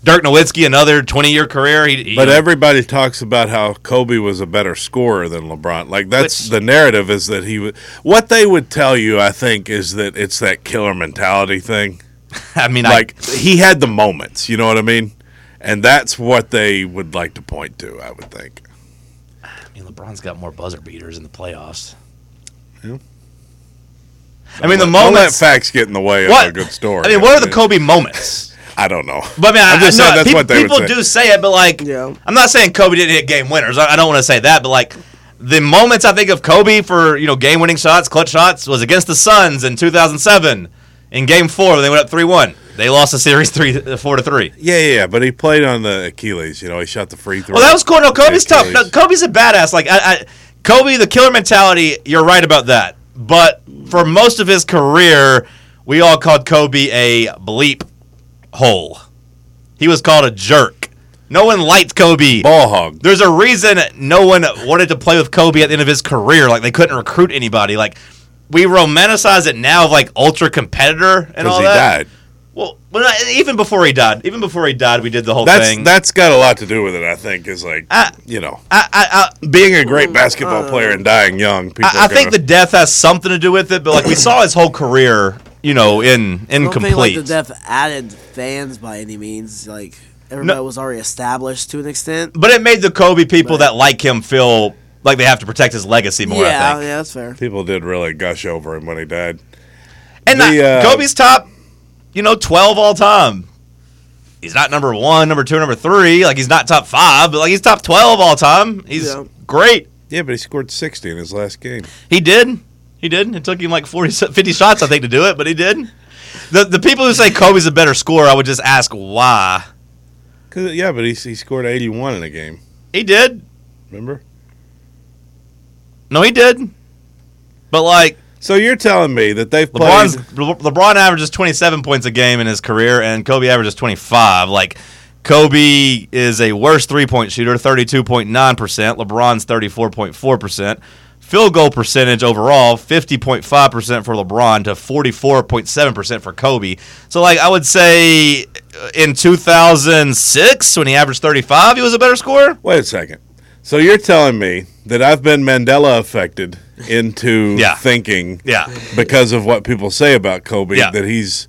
Speaker 5: Dirk Nowitzki, another 20 year career. He, he-
Speaker 6: But everybody talks about how Kobe was a better scorer than LeBron. Like that's
Speaker 5: Which-
Speaker 6: the narrative is that he would. What they would tell you, I think, is that it's that killer mentality thing.
Speaker 5: I mean,
Speaker 6: Like he had the moments, you know what I mean? And that's what they would like to point to, I would think.
Speaker 5: I, I mean, LeBron's got more buzzer beaters in the playoffs. I mean, the
Speaker 6: Don't let
Speaker 5: moments.
Speaker 6: facts get in the way
Speaker 5: what
Speaker 6: of a good story.
Speaker 5: I mean, what are the Kobe moments?
Speaker 6: I don't know.
Speaker 5: But I mean, I,
Speaker 6: I'm just
Speaker 5: I know
Speaker 6: saying that's
Speaker 5: peop-
Speaker 6: what they would
Speaker 5: people
Speaker 6: say.
Speaker 5: do say it, but like,
Speaker 7: Yeah.
Speaker 5: I'm not saying Kobe didn't hit game winners. I, I don't want to say that, but like, the moments I think of Kobe for you know game winning shots, clutch shots, was against the Suns in 2007 in Game Four when they went up three one. They lost the series three four to three.
Speaker 6: Yeah, yeah, yeah, but he played on the Achilles. You know, he shot the free throw.
Speaker 5: Well, Oh, that was cool. No, Kobe's tough. No,
Speaker 6: Achilles.
Speaker 5: Kobe's a badass. Like, I, I, Kobe, the killer mentality. You're right about that. But for most of his career, we all called Kobe a bleep hole. He was called a jerk. No one liked Kobe.
Speaker 6: Ball hog.
Speaker 5: There's a reason no one wanted to play with Kobe at the end of his career. Like they couldn't recruit anybody. Like we romanticize it now of like ultra competitor and all
Speaker 6: Because he
Speaker 5: that.
Speaker 6: died.
Speaker 5: Well, well, not- even before he died, even before he died, we did the whole
Speaker 6: That's
Speaker 5: thing.
Speaker 6: that's got a lot to do with it. I think is like
Speaker 5: I-
Speaker 6: you know
Speaker 5: I, I, I,
Speaker 6: being a great basketball player and dying young. People
Speaker 5: I, I
Speaker 6: are
Speaker 5: think the
Speaker 6: gonna-
Speaker 5: death has something to do with it, but like we saw his whole career, you know, in
Speaker 7: don't think like the
Speaker 5: incomplete.
Speaker 7: deaf added fans by any means. Like everybody was already established to an extent.
Speaker 5: but it made the Kobe people that like him feel like they have to protect his legacy more. I
Speaker 7: yeah,
Speaker 5: think.
Speaker 7: yeah, that's fair.
Speaker 6: people did really gush over him when he died.
Speaker 5: And
Speaker 6: The,
Speaker 5: not-
Speaker 6: uh,
Speaker 5: Kobe's top, you know, twelve all time. He's not number one, number two, number three. Like he's not top five, but like he's top twelve all time. He's
Speaker 7: Yeah.
Speaker 5: great.
Speaker 6: Yeah, but he scored sixty in his last game.
Speaker 5: He did. He did. It took him like 40, 50 shots, I think, to do it, but he did. The the people who say Kobe's a better scorer, I would just ask why.
Speaker 6: 'Cause- yeah, but he, he scored eighty-one in a game.
Speaker 5: He did.
Speaker 6: Remember?
Speaker 5: No, he did. But like
Speaker 6: So you're telling me that they've played
Speaker 5: LeBron's, Le- LeBron averages 27 points a game in his career, and Kobe averages 25. Like Kobe is a worse three point shooter, 32.9 percent. LeBron's 34.4 percent. Field goal percentage overall, 50.5 percent for LeBron to 44.7 percent for Kobe. So like I would say, uh, in 2006 when he averaged 35, he was a better scorer.
Speaker 6: Wait a second. So you're telling me that I've been Mandela affected into
Speaker 5: Yeah.
Speaker 6: thinking
Speaker 5: Yeah.
Speaker 6: because of what people say about Kobe
Speaker 5: Yeah.
Speaker 6: that he's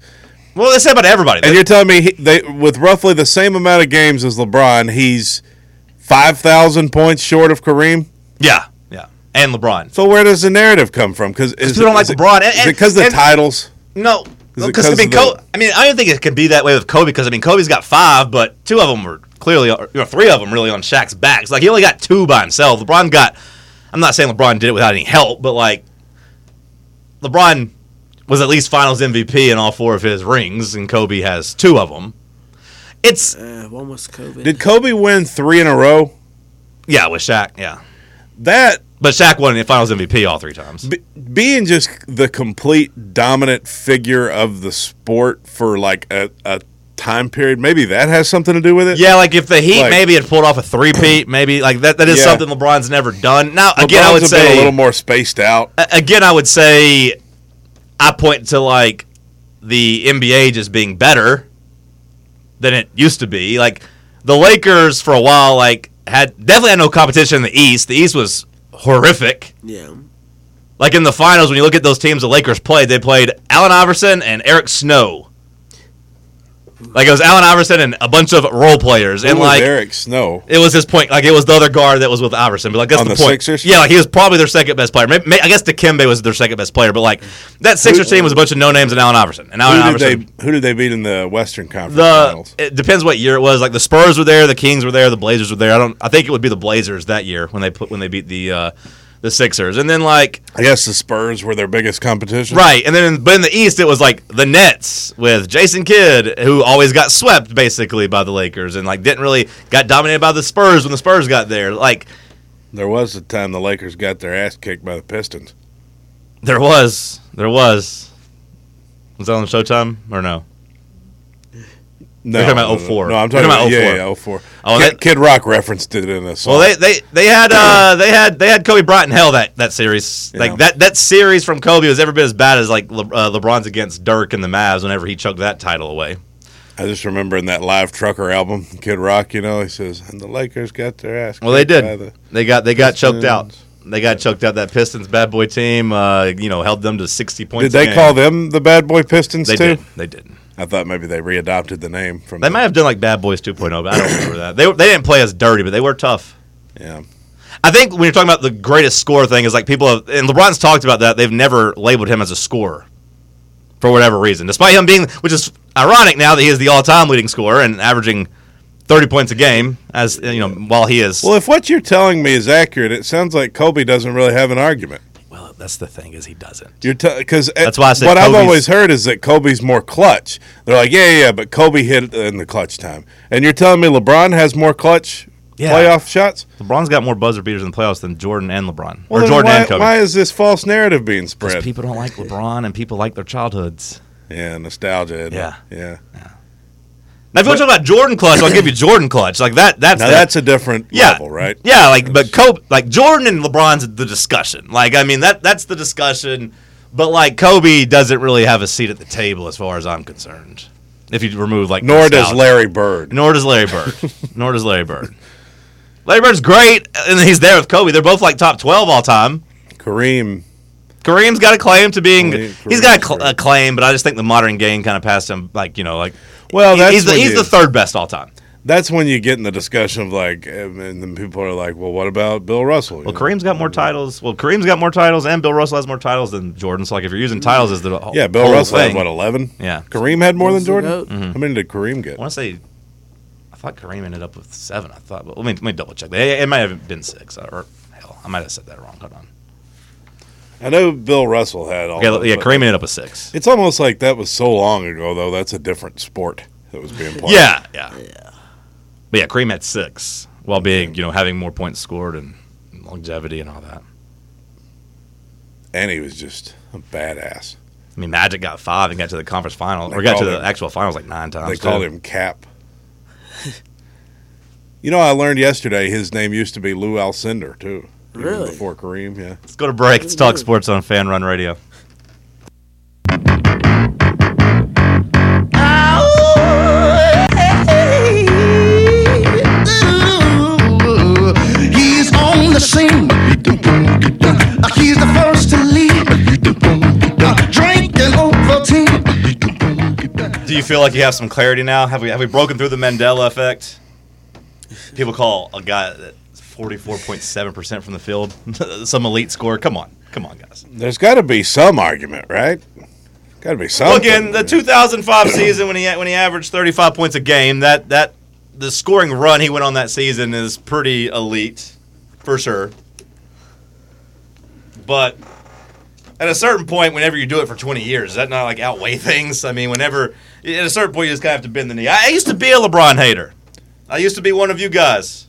Speaker 5: Well, they say about everybody.
Speaker 6: and you're telling me he, they with roughly the same amount of games as LeBron, he's 5000 points short of Kareem.
Speaker 5: yeah, yeah, and LeBron.
Speaker 6: So where does the narrative come from? Cuz
Speaker 5: people don't like LeBron, and- and-
Speaker 6: because the
Speaker 5: and-
Speaker 6: titles.
Speaker 5: No,
Speaker 6: it
Speaker 5: because I
Speaker 6: 'cause
Speaker 5: mean,
Speaker 6: of the-
Speaker 5: Kobe, I mean, I don't think it can be that way with Kobe because I mean, Kobe's got five, but two of them were clearly, or you know, three of them really on Shaq's backs. Like he only got two by himself. LeBron got. I'm not saying LeBron did it without any help, but like LeBron was at least Finals MVP in all four of his rings, and Kobe has two of them. It's
Speaker 7: Uh, one was COVID.
Speaker 6: Did Kobe win 3 in a row?
Speaker 5: yeah, with Shaq, yeah,
Speaker 6: That
Speaker 5: but Shaq won the Finals MVP all three times.
Speaker 6: B- being just the complete dominant figure of the sport for like a, a time period, maybe that has something to do with it.
Speaker 5: Yeah, like if the Heat
Speaker 6: Like-
Speaker 5: maybe had pulled off a three-peat, maybe like that, that is
Speaker 6: Yeah.
Speaker 5: something LeBron's never done. Now
Speaker 6: LeBron's
Speaker 5: again, I would
Speaker 6: have
Speaker 5: say
Speaker 6: been a little more spaced out.
Speaker 5: a- again, I would say I point to like the NBA just being better than it used to be. Like the Lakers for a while, like had definitely had no competition in the East. The East was horrific.
Speaker 7: yeah,
Speaker 5: Like in the finals, when you look at those teams the Lakers played, they played Allen Iverson and Eric Snow. Like it was Allen Iverson and a bunch of role players,
Speaker 6: Who
Speaker 5: and
Speaker 6: was
Speaker 5: like
Speaker 6: Eric Snow.
Speaker 5: it was his point. Like it was the other guard that was with Iverson. But like that's
Speaker 6: On
Speaker 5: the
Speaker 6: the
Speaker 5: point.
Speaker 6: Sixers?
Speaker 5: Yeah, like he was probably their second best player. Maybe, may I guess Dikembe was their second best player. But like that Sixers team was a bunch of no names and Allen Iverson. And Allen
Speaker 6: Who did,
Speaker 5: Oh, Iverson.
Speaker 6: they, who did they beat in the Western Conference
Speaker 5: the
Speaker 6: Finals?
Speaker 5: it depends what year it was. Like the Spurs were there, the Kings were there, the Blazers were there. I don't. I think it would be the Blazers that year when they put when they beat the uh, the Sixers. And then like
Speaker 6: I guess the Spurs were their biggest competition.
Speaker 5: right, and then but in the East it was like the Nets with Jason Kidd, who always got swept basically by the Lakers, and like didn't really got dominated by the Spurs when the Spurs got there. Like
Speaker 6: There was a time the Lakers got their ass kicked by the Pistons.
Speaker 5: There was. There was. Was that on Showtime or no?
Speaker 6: No,
Speaker 5: You're talking about
Speaker 6: no, no,
Speaker 5: 04.
Speaker 6: No, I'm
Speaker 5: You're
Speaker 6: talking about
Speaker 5: talking
Speaker 6: 04.
Speaker 5: about
Speaker 6: Yeah, yeah, 04.
Speaker 5: Oh,
Speaker 6: Kid,
Speaker 5: that-
Speaker 6: Kid Rock referenced it in a song.
Speaker 5: Well, they they, they had uh they had they had Kobe Bryant in hell that that series
Speaker 6: Yeah.
Speaker 5: like that that series from Kobe was every bit as bad as like Le, uh, LeBron's against Dirk and the Mavs whenever he chugged that title away.
Speaker 6: I just remember in that live trucker album, Kid Rock, you know, he says, and the Lakers got their ass.
Speaker 5: Well, they
Speaker 6: kicked by the-"
Speaker 5: did. They got they got choked out.
Speaker 6: Pistons.
Speaker 5: They got choked out. That Pistons bad boy team, uh, you know, held them to sixty points.
Speaker 6: Did they
Speaker 5: a game.
Speaker 6: call them the Bad Boy Pistons
Speaker 5: They
Speaker 6: too?
Speaker 5: did. They did.
Speaker 6: I thought maybe they readopted the name from.
Speaker 5: They
Speaker 6: the-
Speaker 5: might have done like Bad Boys 2.0, but I don't remember that. They were- they didn't play as dirty, but they were tough.
Speaker 6: Yeah.
Speaker 5: I think when you're talking about the greatest scorer thing is like people have, and LeBron's talked about that. They've never labeled him as a scorer for whatever reason, despite him being, which is ironic now that he is the all-time leading scorer and averaging 30 points a game as you know while he is.
Speaker 6: Well, if what you're telling me is accurate, it sounds like Kobe doesn't really have an argument.
Speaker 5: Well, that's the thing is he doesn't.
Speaker 6: You're because
Speaker 5: That's why I said
Speaker 6: what I've
Speaker 5: Kobe's-
Speaker 6: always heard is that Kobe's more clutch. They're like, yeah, yeah, yeah, but Kobe hit in the clutch time, and you're telling me LeBron has more clutch
Speaker 5: Yeah.
Speaker 6: playoff shots?
Speaker 5: LeBron's got more buzzer beaters in the playoffs than Jordan and LeBron,
Speaker 6: Well,
Speaker 5: or
Speaker 6: then
Speaker 5: Jordan
Speaker 6: why,
Speaker 5: and Kobe.
Speaker 6: why is this false narrative being spread?
Speaker 5: People don't like LeBron, and people like their childhoods.
Speaker 6: yeah, nostalgia. isn't it?
Speaker 5: Yeah.
Speaker 6: yeah.
Speaker 5: Now, if you want to talk about Jordan clutch, I'll give you Jordan clutch. Like that. That's
Speaker 6: Now
Speaker 5: the-
Speaker 6: that's a different
Speaker 5: yeah,
Speaker 6: level, right?
Speaker 5: Yeah, like but Kobe, like Jordan and LeBron's the discussion. Like I mean that that's the discussion, but like Kobe doesn't really have a seat at the table as far as I'm concerned. If you remove like
Speaker 6: Nor does
Speaker 5: nostalgia.
Speaker 6: Larry Bird.
Speaker 5: Nor does Larry Bird. Nor does Larry Bird. Larry Bird's great, and he's there with Kobe. They're both like top twelve all time.
Speaker 6: Kareem.
Speaker 5: Kareem's got a claim to being.
Speaker 6: Kareem-
Speaker 5: he's got a,
Speaker 6: Kareem's
Speaker 5: cl-
Speaker 6: great.
Speaker 5: a claim, but I just think the modern game kind of passed him. Like you know, like
Speaker 6: Well, that's
Speaker 5: he's the
Speaker 6: when
Speaker 5: he's
Speaker 6: you-
Speaker 5: the third best all time.
Speaker 6: That's when you get in the discussion of like, eh, and then people are like, well, what about Bill Russell?
Speaker 5: Well, Kareem's got more titles. Well, Kareem's got more titles, and Bill Russell has more titles than Jordan. So, like, if you're using titles as the whole,
Speaker 6: Yeah, Bill
Speaker 5: whole
Speaker 6: Russell
Speaker 5: thing,
Speaker 6: had what eleven?
Speaker 5: Yeah.
Speaker 6: Kareem had more than
Speaker 7: He's the
Speaker 6: Jordan. Mm-hmm.
Speaker 7: GOAT.
Speaker 6: How many did Kareem get?
Speaker 5: I want to say, I thought Kareem ended up with seven. I thought, but let me let me double check. that. It, it might have been six, or hell, I might have said that wrong. Hold on.
Speaker 6: I know Bill Russell had all.
Speaker 5: Okay,
Speaker 6: those,
Speaker 5: yeah,
Speaker 6: Oh, but
Speaker 5: Kareem ended up with six.
Speaker 6: It's almost like that was so long ago, though. That's a different sport that was being played.
Speaker 5: Yeah, yeah, yeah. But yeah, Kareem had six while being, you know, having more points scored and longevity and all that.
Speaker 6: and he was just a badass.
Speaker 5: I mean, Magic got five and got to the conference final,
Speaker 6: They
Speaker 5: or got to
Speaker 6: called
Speaker 5: the
Speaker 6: him-
Speaker 5: actual finals like nine times.
Speaker 6: They called
Speaker 5: too.
Speaker 6: him Cap. [laughs] you know, I learned yesterday his name used to be Lou Alcindor too. even
Speaker 7: Really?
Speaker 6: Before Kareem, yeah.
Speaker 5: Let's go to break. Let's talk sports on Fan Run Radio.
Speaker 8: He's on the scene. He's the first to leave. Drinking Ovaltine.
Speaker 5: Do you feel like you have some clarity now? Have we have we broken through the Mandela effect? People call a guy that's forty four point seven percent from the field [laughs] some elite scorer. Come on, come on, guys.
Speaker 6: There's got to be some argument, right? Got to be
Speaker 5: Well,
Speaker 6: something.
Speaker 5: again, the two thousand five season when he when he averaged thirty five points a game, that that the scoring run he went on that season is pretty elite, for sure. But at a certain point, whenever you do it for 20 years, does that not like outweigh things? I mean, whenever at a certain point, you just kind of have to bend the knee. I, I used to be a LeBron hater. I used to be one of you guys,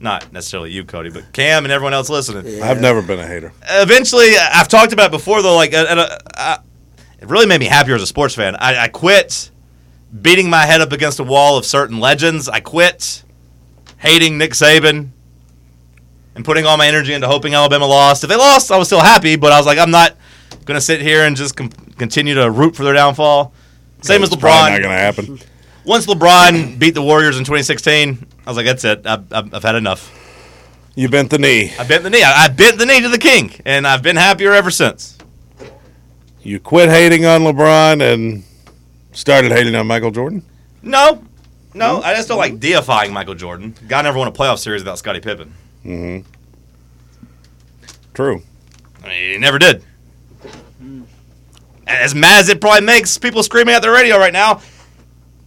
Speaker 5: not necessarily you, Cody, but Cam and everyone else listening.
Speaker 6: I've never been a hater.
Speaker 5: Eventually, I've talked about it before though. Like, at, at a, I, uh, it really made me happier as a sports fan. I, I quit beating my head up against a wall of certain legends. I quit hating Nick Saban and putting all my energy into hoping Alabama lost. If they lost, I was still happy, but I was like, I'm not going to sit here and just com- continue to root for their downfall. Same as
Speaker 6: It's probably
Speaker 5: LeBron.
Speaker 6: Not going to happen.
Speaker 5: Once LeBron beat the Warriors in 2016, I was like, that's it. I've, I've, I've had enough.
Speaker 6: You bent the knee.
Speaker 5: I bent the knee. I, I bent the knee to the king, and I've been happier ever since.
Speaker 6: You quit hating on LeBron and started hating on Michael Jordan.
Speaker 5: No, no, I just don't like deifying Michael Jordan. Guy never won a playoff series without Scottie Pippen.
Speaker 6: True.
Speaker 5: I mean, he never did.
Speaker 6: Hmm.
Speaker 5: As mad as it probably makes people screaming at the radio right now,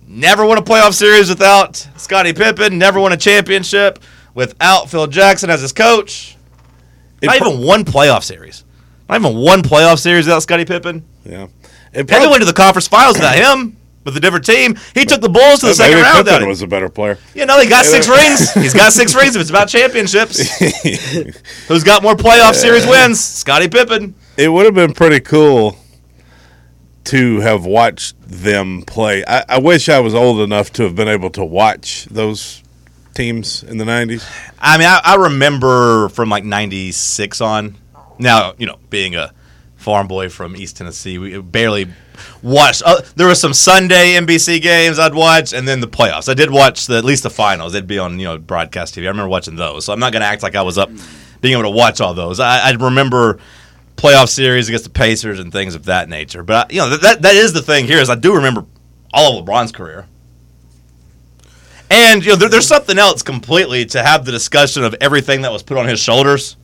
Speaker 5: never won a playoff series without Scottie Pippen. Never won a championship without Phil Jackson as his coach. Not
Speaker 6: pro-
Speaker 5: even one playoff series. Not even one playoff series without Scottie Pippen.
Speaker 6: Yeah. It
Speaker 5: Pippen
Speaker 6: prob-
Speaker 5: went to the conference finals without him with a different team. He took the Bulls to the second
Speaker 6: maybe
Speaker 5: round without
Speaker 6: Pippen
Speaker 5: him.
Speaker 6: was a better player.
Speaker 5: You know, he got six rings. He's got six rings if it's about championships. Who's got more playoff series wins? Scottie Pippen.
Speaker 6: It would have been pretty cool to have watched them play. I, I wish I was old enough to have been able to watch those teams in the '90s.
Speaker 5: I mean, I, I remember from like 96 on. Now, you know, being a farm boy from East Tennessee. We barely watched. Uh, there were some Sunday NBC games I'd watch, and then the playoffs. I did watch the, at least the finals. They'd be on you know broadcast TV. I remember watching those. So I'm not going to act like I was up being able to watch all those. I, I remember playoff series against the Pacers and things of that nature. But I, you know that, that that is the thing here is I do remember all of LeBron's career. And you know, there, there's something else completely to have the discussion of everything that was put on his shoulders.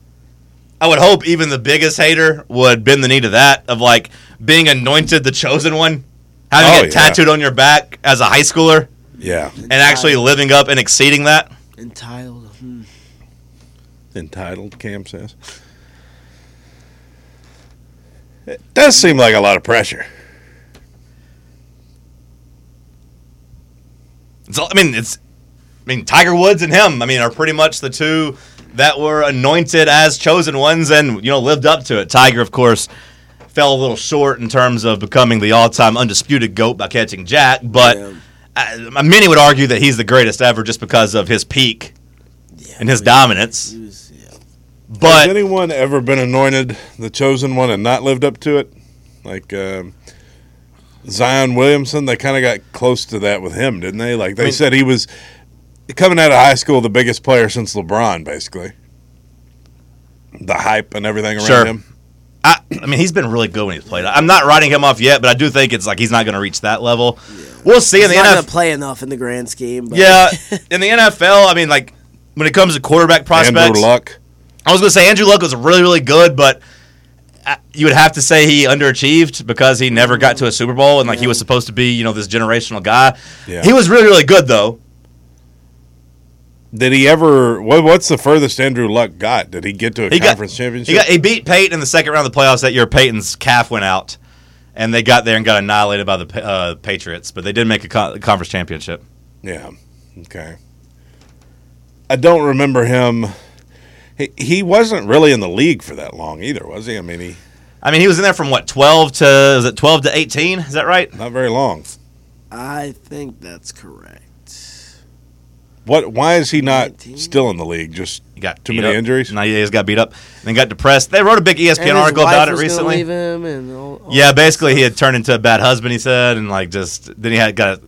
Speaker 5: I would hope even the biggest hater would bend the knee to that of like being anointed the chosen one, having
Speaker 6: Oh,
Speaker 5: it
Speaker 6: yeah.
Speaker 5: tattooed on your back as a high schooler,
Speaker 6: Yeah.
Speaker 5: and actually living up and exceeding that.
Speaker 7: Entitled. Hmm.
Speaker 6: Entitled, Cam says. It does seem like a lot of pressure.
Speaker 5: It's, all- I mean, it's, I mean, Tiger Woods and him, I mean, are pretty much the two that were anointed as chosen ones and, you know, lived up to it. Tiger, of course, fell a little short in terms of becoming the all time undisputed GOAT by catching Jack, but uh, many would argue that he's the greatest ever just because of his peak and his dominance.
Speaker 7: He was, yeah.
Speaker 5: But,
Speaker 6: Has anyone ever been anointed the chosen one and not lived up to it? Like um, Zion Williamson, they kind of got close to that with him, didn't they? Like they
Speaker 5: mean-
Speaker 6: said he was coming out of high school the biggest player since LeBron, basically. The hype and everything around
Speaker 5: Sure.
Speaker 6: him.
Speaker 5: I, I mean, he's been really good when he's played. I'm not writing him off yet, but I do think it's like he's not going to reach that level. We'll see in
Speaker 7: He's
Speaker 5: the
Speaker 7: not
Speaker 5: NFL.
Speaker 7: gonna play enough in the grand scheme. But
Speaker 5: Yeah, in the NFL, I mean, like when it comes to quarterback prospects,
Speaker 6: Andrew Luck.
Speaker 5: I was going to say Andrew Luck was really, really good, but uh, you would have to say he underachieved because he never got to a Super Bowl and like he was supposed to be, you know, this generational guy.
Speaker 6: Yeah.
Speaker 5: He was really, really good though.
Speaker 6: Did he ever? What, what's the furthest Andrew Luck got? Did he get to a
Speaker 5: He got-
Speaker 6: conference championship?
Speaker 5: He got he beat Peyton in the second round of the playoffs that year. Peyton's calf went out, and they got there and got annihilated by the Pa- uh, Patriots, but they did make a co- conference championship.
Speaker 6: Yeah. Okay. I don't remember him. He, he wasn't really in the league for that long either, was he? I mean, he
Speaker 5: I mean, he was in there from what twelve to is it twelve to eighteen? Is that right?
Speaker 6: not very long.
Speaker 7: I think that's correct.
Speaker 6: What? Why is he not
Speaker 7: 19?
Speaker 6: still in the league? Just
Speaker 5: He got
Speaker 6: Too
Speaker 5: beat
Speaker 6: many
Speaker 5: up.
Speaker 6: injuries?
Speaker 5: No, yeah, he just got beat up and then got depressed. They wrote a big E ESPN
Speaker 7: And his
Speaker 5: article
Speaker 7: wife
Speaker 5: about it
Speaker 7: was gonna
Speaker 5: recently.
Speaker 7: leave him and all- all
Speaker 5: Yeah,
Speaker 7: that
Speaker 5: basically he
Speaker 7: stuff.
Speaker 5: had turned into a bad husband. He said, and like just then he had got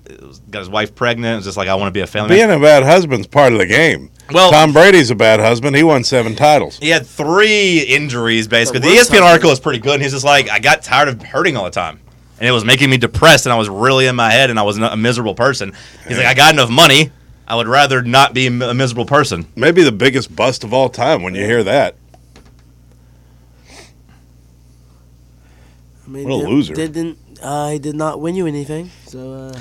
Speaker 5: got his wife pregnant. It was just like I want to be a family. man.
Speaker 6: being a bad husband's part of the game.
Speaker 5: Well-
Speaker 6: Tom Brady's a bad husband. He won seven titles.
Speaker 5: He had three injuries basically. The E
Speaker 7: But we're
Speaker 5: ESPN
Speaker 7: talking-
Speaker 5: article was pretty good. And he's just like I got tired of hurting all the time, and it was making me depressed, and I was really in my head, and I was not a miserable person. He's like I got enough money. I would rather not be a mi- a miserable person.
Speaker 6: Maybe the biggest bust of all time. When you hear that,
Speaker 7: I mean,
Speaker 6: What a
Speaker 7: did-
Speaker 6: loser.
Speaker 7: Didn't I did not win you anything? So uh,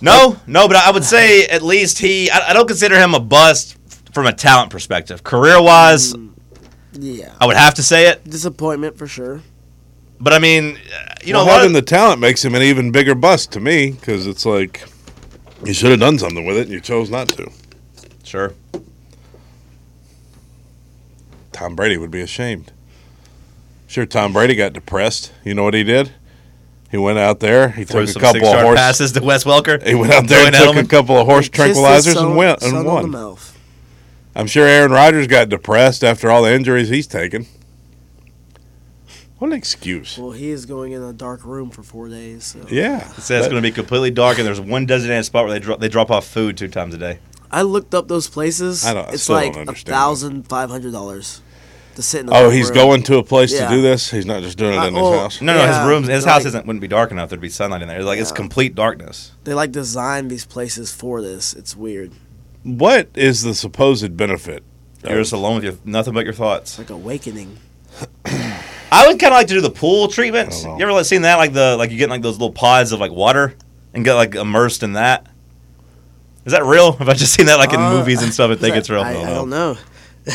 Speaker 5: No, no, but I would say at least he. I, I don't consider him a bust from a talent perspective. Career wise,
Speaker 7: yeah,
Speaker 5: I would have to say it.
Speaker 7: disappointment for sure.
Speaker 5: But I mean, uh, you
Speaker 6: well,
Speaker 5: know, a lot
Speaker 6: having
Speaker 5: of-
Speaker 6: the talent makes him an even bigger bust to me because it's like you should have done something with it and you chose not to.
Speaker 5: sure.
Speaker 6: Tom Brady would be ashamed. Sure, Tom Brady got depressed. You know what he did? He went out there. He
Speaker 5: Threw
Speaker 6: took a
Speaker 5: some
Speaker 6: couple of
Speaker 5: six-yard
Speaker 6: horse.
Speaker 5: passes to Wes Welker.
Speaker 6: He went out there and
Speaker 5: Julian
Speaker 6: took a
Speaker 5: Edelman.
Speaker 6: couple of horse
Speaker 7: Kiss the
Speaker 6: tranquilizers
Speaker 7: sun-
Speaker 6: and went and
Speaker 7: sun On the
Speaker 6: won.
Speaker 7: mouth.
Speaker 6: I'm sure Aaron Rodgers got depressed after all the injuries he's taken. What an excuse!
Speaker 7: Well, he is going in a dark room for four days. So.
Speaker 6: Yeah,
Speaker 5: It says it's going to be completely dark, and there's one designated spot where they drop they drop off food two times a day.
Speaker 7: I looked up those places.
Speaker 6: I don't- I
Speaker 7: it's
Speaker 6: still don't
Speaker 7: like a
Speaker 6: understand that.
Speaker 7: thousand five hundred dollars to sit in. The
Speaker 6: Oh,
Speaker 7: dark
Speaker 6: he's
Speaker 7: room.
Speaker 6: going to a place
Speaker 7: Yeah.
Speaker 6: to do this. He's not just doing it
Speaker 7: Uh,
Speaker 6: in his
Speaker 7: well-
Speaker 6: house.
Speaker 5: No, no,
Speaker 7: Yeah.
Speaker 5: his rooms, his
Speaker 7: They're
Speaker 5: house
Speaker 7: like-
Speaker 5: isn't wouldn't be dark enough. There'd be sunlight in there. Like it's
Speaker 7: Yeah.
Speaker 5: complete darkness.
Speaker 7: They like design these places for this. It's weird,
Speaker 6: What is the supposed benefit?
Speaker 5: You're just alone with your nothing but your thoughts.
Speaker 7: like awakening.
Speaker 5: I would kind of like to do the pool treatments.
Speaker 6: I don't know.
Speaker 5: You ever like, seen that? Like the like you get in, like those little pods of like water and get like immersed in that. Is that real? [laughs] Have I just seen that like in
Speaker 7: Uh,
Speaker 5: movies and
Speaker 7: [laughs]
Speaker 5: stuff? I think it's real.
Speaker 7: I, I don't know. [laughs]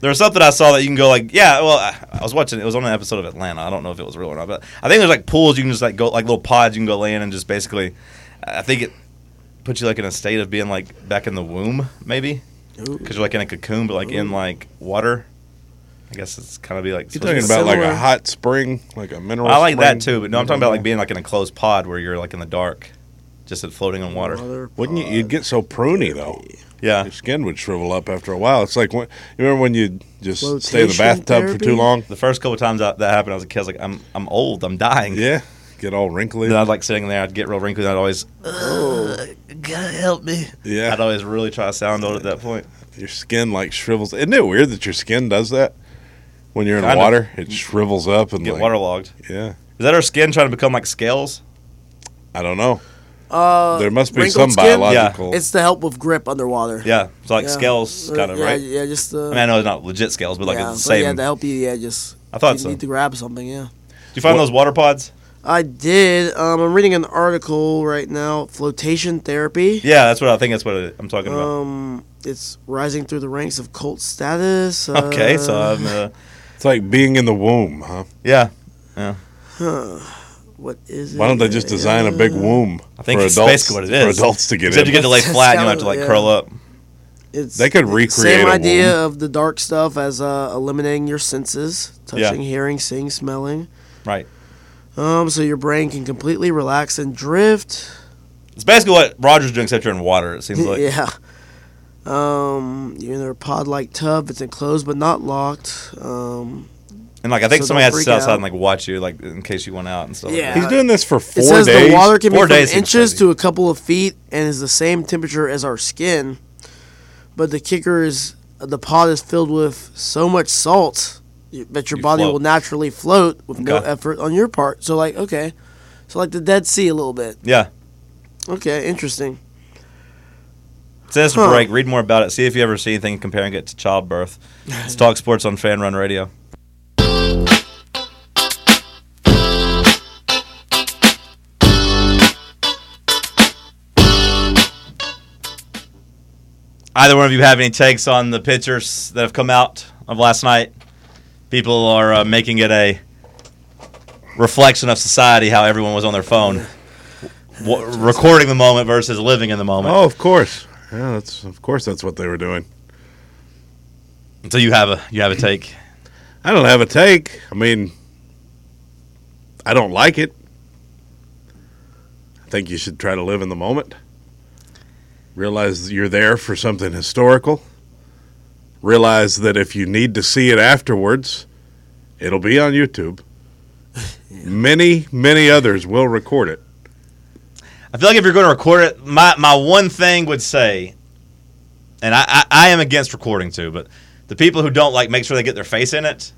Speaker 5: There was something I saw that you can go like, yeah. Well, I, I was watching. It was on an episode of Atlanta. I don't know if it was real or not, but I think there's like pools you can just like go like little pods you can go lay in and just basically. I think it puts you like in a state of being like back in the womb maybe
Speaker 7: Ooh.
Speaker 5: because you're like in a cocoon but like in like water. I guess it's kind of be like.
Speaker 6: You're
Speaker 5: supposed to be
Speaker 6: talking about like a
Speaker 7: Similar.
Speaker 6: hot spring, like a mineral.
Speaker 5: I like that
Speaker 6: spring?
Speaker 5: too, but no, I'm talking about like being like in a closed pod where you're like in the dark. just it floating on water.
Speaker 7: Mother-
Speaker 6: Wouldn't you? You'd get so pruny though.
Speaker 5: Yeah,
Speaker 6: [laughs] Your skin would shrivel up after a while. It's like when you remember when you just stay in the
Speaker 7: Flotation
Speaker 6: bathtub for
Speaker 7: therapy?
Speaker 6: too long.
Speaker 5: the first couple times that, that happened, I was a kid. I was like, I'm I'm old. I'm dying.
Speaker 6: Yeah, get all wrinkly.
Speaker 5: And I'd like sitting there. I'd get real wrinkly. And I'd always
Speaker 3: God help me.
Speaker 6: yeah,
Speaker 5: I'd always really try to sound old at that point.
Speaker 6: your skin like shrivels. Isn't it weird that your skin does that when you're in
Speaker 5: Kind of.
Speaker 6: water? It shrivels up and
Speaker 5: Get
Speaker 6: like,
Speaker 5: waterlogged.
Speaker 6: Yeah,
Speaker 5: Is that our skin trying to become like scales?
Speaker 6: I don't know.
Speaker 7: Uh,
Speaker 6: There must be some
Speaker 7: wrinkled skin?
Speaker 6: biological.
Speaker 7: It's to help with grip underwater.
Speaker 5: Yeah, so like
Speaker 7: Yeah.
Speaker 5: scales,
Speaker 7: Uh,
Speaker 5: kind of
Speaker 7: yeah,
Speaker 5: right.
Speaker 7: Yeah, just uh,
Speaker 5: I mean, I know it's not legit scales, but like
Speaker 7: yeah,
Speaker 5: it's the
Speaker 7: but
Speaker 5: same.
Speaker 7: yeah, to help you. Yeah, just
Speaker 5: I thought
Speaker 7: you
Speaker 5: so.
Speaker 7: need to grab something. Yeah,
Speaker 5: Do you find those water pods?
Speaker 7: I did. Um, I'm reading an article right now. Flotation therapy.
Speaker 5: Yeah, that's what I think. That's what it- I'm talking about.
Speaker 7: Um, it's rising through the ranks of cult status. Uh,
Speaker 5: okay, so I'm. Uh,
Speaker 6: It's like being in the womb, huh?
Speaker 5: yeah,
Speaker 7: what is it?
Speaker 6: Why don't they just design a
Speaker 7: Uh,
Speaker 6: big womb
Speaker 5: I think
Speaker 6: for
Speaker 5: it's
Speaker 6: adults?
Speaker 5: basically what it is.
Speaker 6: For adults to get
Speaker 5: except
Speaker 6: in.
Speaker 5: you get to lay
Speaker 7: That's
Speaker 5: flat and you
Speaker 7: kinda-
Speaker 5: have to like
Speaker 7: [laughs] yeah.
Speaker 5: curl up.
Speaker 7: It's
Speaker 6: They could
Speaker 7: the
Speaker 6: recreate a
Speaker 7: same
Speaker 6: womb.
Speaker 7: idea of the dark stuff as uh, eliminating your senses,
Speaker 5: Yeah.
Speaker 7: touching, hearing, seeing, smelling.
Speaker 5: Right.
Speaker 7: Um, so your brain can completely relax and drift.
Speaker 5: It's basically what Roger's doing, except you're in water. It seems like.
Speaker 7: [laughs] yeah. Um, you're in a pod-like tub. It's enclosed but not locked. Um,
Speaker 5: And like I think
Speaker 7: So
Speaker 5: somebody has
Speaker 7: don't
Speaker 5: to sit
Speaker 7: freak
Speaker 5: outside
Speaker 7: out.
Speaker 5: and like watch you, like in case you went out and stuff. like
Speaker 7: Yeah.
Speaker 5: that.
Speaker 6: He's doing this for
Speaker 7: it
Speaker 6: four
Speaker 7: says
Speaker 6: days.
Speaker 7: the water can
Speaker 5: Four
Speaker 7: be
Speaker 5: days
Speaker 7: from
Speaker 5: seems
Speaker 7: inches
Speaker 5: crazy.
Speaker 7: to a couple of feet and is the same temperature as our skin. But the kicker is the pod is filled with so much salt you- that your
Speaker 5: You
Speaker 7: body
Speaker 5: float.
Speaker 7: will naturally float with no
Speaker 5: Okay.
Speaker 7: effort on your part. So like okay, so like the Dead Sea a little bit.
Speaker 5: Yeah.
Speaker 7: Okay, interesting.
Speaker 5: Says to
Speaker 7: Huh.
Speaker 5: break. Read more about it. See if you ever see anything comparing it to childbirth. Let's talk sports on Fan Run Radio. Either one of you have any takes on the pictures that have come out of last night? People are uh, making it a reflection of society how everyone was on their phone, w- recording the moment versus living in the moment.
Speaker 6: Oh, of course. Yeah, that's of course that's what they were doing.
Speaker 5: So you have a you have a take.
Speaker 6: I don't have a take. I mean, I don't like it. I think you should try to live in the moment. Realize you're there for something historical. Realize that if you need to see it afterwards, it'll be on YouTube. Many, many others will record it.
Speaker 5: I feel like if you're going to record it, my my one thing would say, and I, I I am against recording too, but the people who don't like make sure they get their face in it.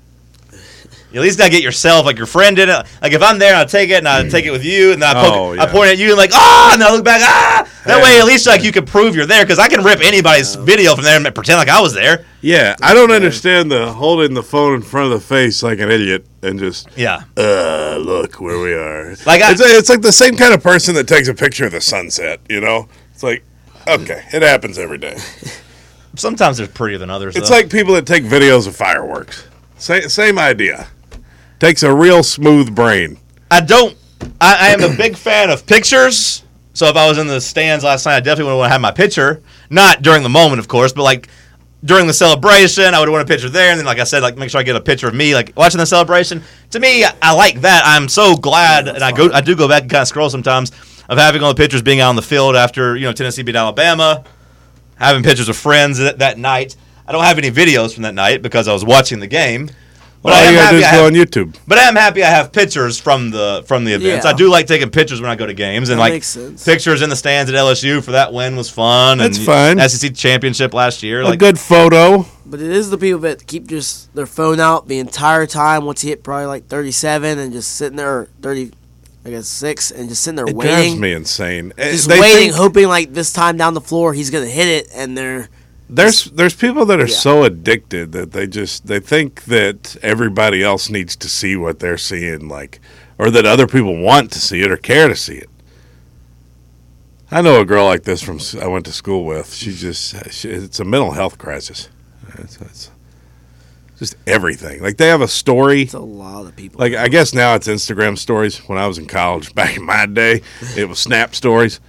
Speaker 5: You At least not get yourself like your friend in it. Like if I'm there, and I take it and I take it with you, and then I, poke,
Speaker 6: Mm. Oh,
Speaker 5: I
Speaker 6: yeah.
Speaker 5: point at you and like ah, and then I look back ah. That way, at least like you can prove you're there because I can rip anybody's video from there and pretend like I was there.
Speaker 6: Yeah, I don't understand the holding the phone in front of the face like an idiot and just
Speaker 5: Yeah,
Speaker 6: uh, look where we are.
Speaker 5: Like I-
Speaker 6: it's, it's like the same kind of person that takes a picture of the sunset. You know, it's like okay, it happens every day.
Speaker 5: sometimes they're prettier than others.
Speaker 6: It's
Speaker 5: though.
Speaker 6: like people that take videos of fireworks. Same, same idea. Takes a real smooth brain.
Speaker 5: I don't. I, I am a big fan of pictures. So if I was in the stands last night, I definitely would want to have my picture. Not during the moment, of course, but like during the celebration, I would want a picture there. And then, like I said, like make sure I get a picture of me, like watching the celebration. To me, I, I like that. I'm so glad, and I go, I do go back and kind of scroll sometimes of having all the pictures being out on the field after you know Tennessee beat Alabama, having pictures of friends that, that night. I don't have any videos from that night because I was watching the game. But I
Speaker 6: All
Speaker 5: am
Speaker 6: you gotta
Speaker 5: happy
Speaker 6: do
Speaker 5: I
Speaker 6: is
Speaker 5: have-
Speaker 6: go on YouTube.
Speaker 5: but I'm happy I have pictures from the from the events.
Speaker 7: Yeah.
Speaker 5: I do like taking pictures when I go to games, and
Speaker 7: That
Speaker 5: like
Speaker 7: makes sense.
Speaker 5: pictures in the stands at LSU for that win was fun.
Speaker 6: That's
Speaker 5: and
Speaker 6: fine.
Speaker 5: SEC championship last year,
Speaker 6: a
Speaker 5: like
Speaker 6: good photo.
Speaker 7: But it is the people that keep just their phone out the entire time once you hit probably like 37 and just sitting there, or 30, I guess, 6, and just sitting there
Speaker 6: It drives
Speaker 7: waiting.
Speaker 6: me insane. Eh,
Speaker 7: Just
Speaker 6: they
Speaker 7: waiting,
Speaker 6: think-
Speaker 7: hoping like this time down the floor he's going to hit it, and they're.
Speaker 6: there's there's people that are so addicted that they just they think that everybody else needs to see what they're seeing like or that other people want to see it or care to see it i know a girl like this from s- i went to school with she just she, it's a mental health crisis it's, it's just everything like they have a story
Speaker 7: It's a lot of people.
Speaker 6: like I guess now it's Instagram stories. When I was in college [laughs] back in my day, it was Snap stories.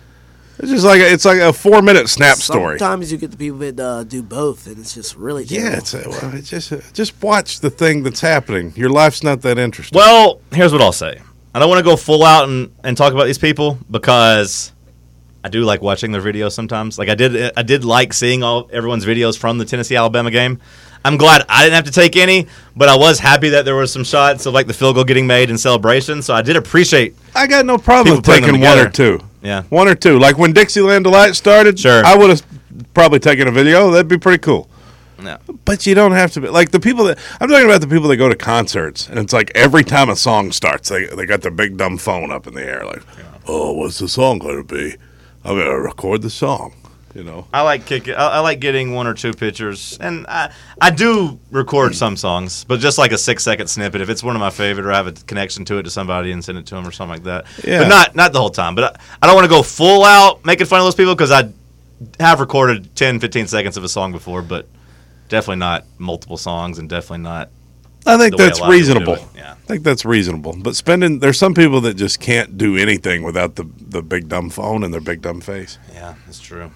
Speaker 6: It's just like a, it's like a four minute Snap story.
Speaker 7: Sometimes you get the people that uh, do both, and it's just really.
Speaker 6: Yeah,
Speaker 7: terrible.
Speaker 6: it's, uh, well, it's just uh, just watch the thing that's happening. Your life's not that interesting.
Speaker 5: Well, here's what I'll say. I don't want to go full out and, and talk about these people because I do like watching their videos sometimes. Like I did, I did like seeing all everyone's videos from the Tennessee Alabama game. I'm glad I didn't have to take any, but I was happy that there were some shots of like the field goal getting made and celebration. So I did appreciate.
Speaker 6: I got no problem
Speaker 5: People
Speaker 6: with
Speaker 5: putting them
Speaker 6: taking one or
Speaker 5: together.
Speaker 6: two.
Speaker 5: Yeah.
Speaker 6: One or two. Like when Dixieland Delight started,
Speaker 5: Sure.
Speaker 6: I would have probably taken a video. That'd be pretty cool.
Speaker 5: No.
Speaker 6: But you don't have to be like the people that I'm talking about the people that go to concerts and it's like every time a song starts, they they got their big dumb phone up in the air, like, Oh, what's the song gonna be? I'm gonna record the song. You know.
Speaker 5: I like kick. I, I like getting one or two pictures, and I I do record some songs, but just like a six second snippet if it's one of my favorite or I have a connection to it to somebody and send it to them or something like that.
Speaker 6: Yeah.
Speaker 5: But not not the whole time. But I, I don't want to go full out making fun of those people because I have recorded 10, 15 seconds of a song before, but definitely not multiple songs and definitely not.
Speaker 6: I think
Speaker 5: the way a
Speaker 6: that's
Speaker 5: lot of people do
Speaker 6: reasonable.
Speaker 5: it, yeah.
Speaker 6: I think that's reasonable. But spending there's some people that just can't do anything without the the big dumb phone and their big dumb face.
Speaker 5: Yeah, that's true.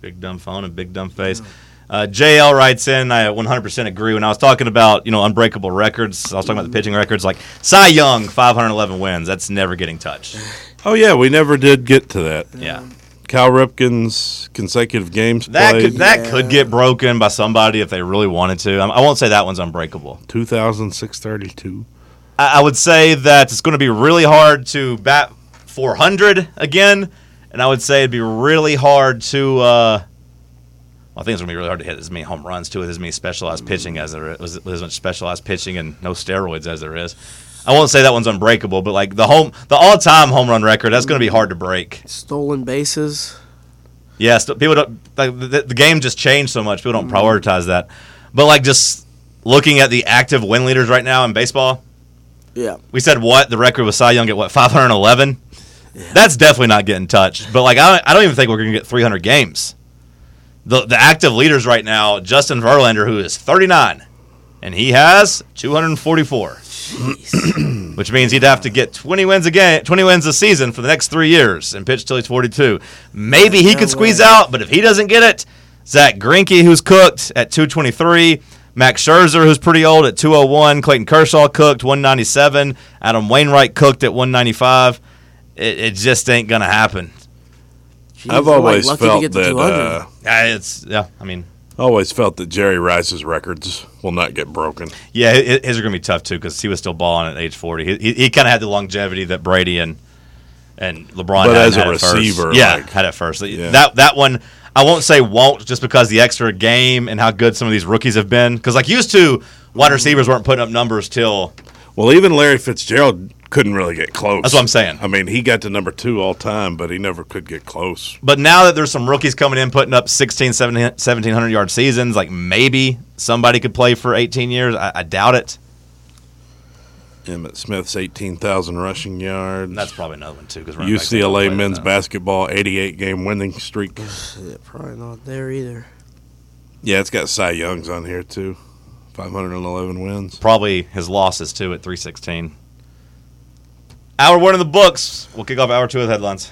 Speaker 5: Big dumb phone and big dumb face. Uh, JL writes in, I 100% agree. When I was talking about, you know, unbreakable records, I was talking about the pitching records, like Cy Young, 511 wins. That's never getting touched.
Speaker 6: Oh yeah, we never did get to that.
Speaker 5: Yeah.
Speaker 6: Cal Ripken's consecutive games
Speaker 5: That
Speaker 6: played
Speaker 5: could, that could get broken by somebody if they really wanted to. I, I won't say that one's unbreakable.
Speaker 6: 2632.
Speaker 5: I, I would say that it's going to be really hard to bat 400 again, and I would say it'd be really hard to. Uh, well, I think it's going to be really hard to hit as many home runs too with as many specialized pitching as there is, with as much specialized pitching and no steroids as there is. I won't say that one's unbreakable, but like the home, the all-time home run record, that's going to be hard to break.
Speaker 7: Stolen bases.
Speaker 5: Yeah, st- people don't. Like, the, the game just changed so much. People don't prioritize that. But like just looking at the active win leaders right now in baseball,
Speaker 7: Yeah.
Speaker 5: we said what the record was Cy Young at what 511. That's definitely not getting touched. But like I don't, I don't even think we're going to get 300 games. The the active leaders right now, Justin Verlander, who is 39, and he has 244, which means he'd have to get 20 wins a game, 20 wins a season for the next three years, and pitch till he's 42. Maybe he could squeeze out, but if he doesn't get it, Zach Greinke, who's cooked at 223. Max Scherzer, who's pretty old at 201. Clayton Kershaw cooked 197. Adam Wainwright cooked at 195. It, it just ain't gonna happen.
Speaker 7: Jeez,
Speaker 6: I've
Speaker 7: we're, like,
Speaker 6: always
Speaker 7: lucky to
Speaker 6: felt
Speaker 7: get to
Speaker 6: that
Speaker 7: 200.
Speaker 6: uh,
Speaker 5: Uh, it's yeah. I mean,
Speaker 6: always felt that Jerry Rice's records will not get broken.
Speaker 5: yeah, hi- his are gonna be tough too because he was still balling at age 40. He, he, he kind of had the longevity that Brady and and LeBron
Speaker 6: But
Speaker 5: had,
Speaker 6: as a
Speaker 5: had at first.
Speaker 6: receiver,
Speaker 5: yeah,
Speaker 6: like-
Speaker 5: had at first.
Speaker 6: Yeah.
Speaker 5: That that one I won't say won't just because the extra game and how good some of these rookies have been. Because like used to, wide receivers weren't putting up numbers till
Speaker 6: Well, even Larry Fitzgerald couldn't really get close.
Speaker 5: That's what I'm saying.
Speaker 6: I mean, he got to number 2 all time, but he never could get close.
Speaker 5: But now that there's some rookies coming in putting up 16, 17 1700 yard seasons, like maybe somebody could play for 18 years. I, I doubt it.
Speaker 6: Emmett Smith's 18,000 rushing yards.
Speaker 5: And that's probably another one, too. because
Speaker 6: UCLA men's basketball 88 game winning streak.
Speaker 7: Yeah, probably not there either.
Speaker 6: Yeah, it's got Cy Young's on here too. 511 wins.
Speaker 5: Probably his losses, too, at 316. Hour one in the books. We'll kick off hour two with headlines.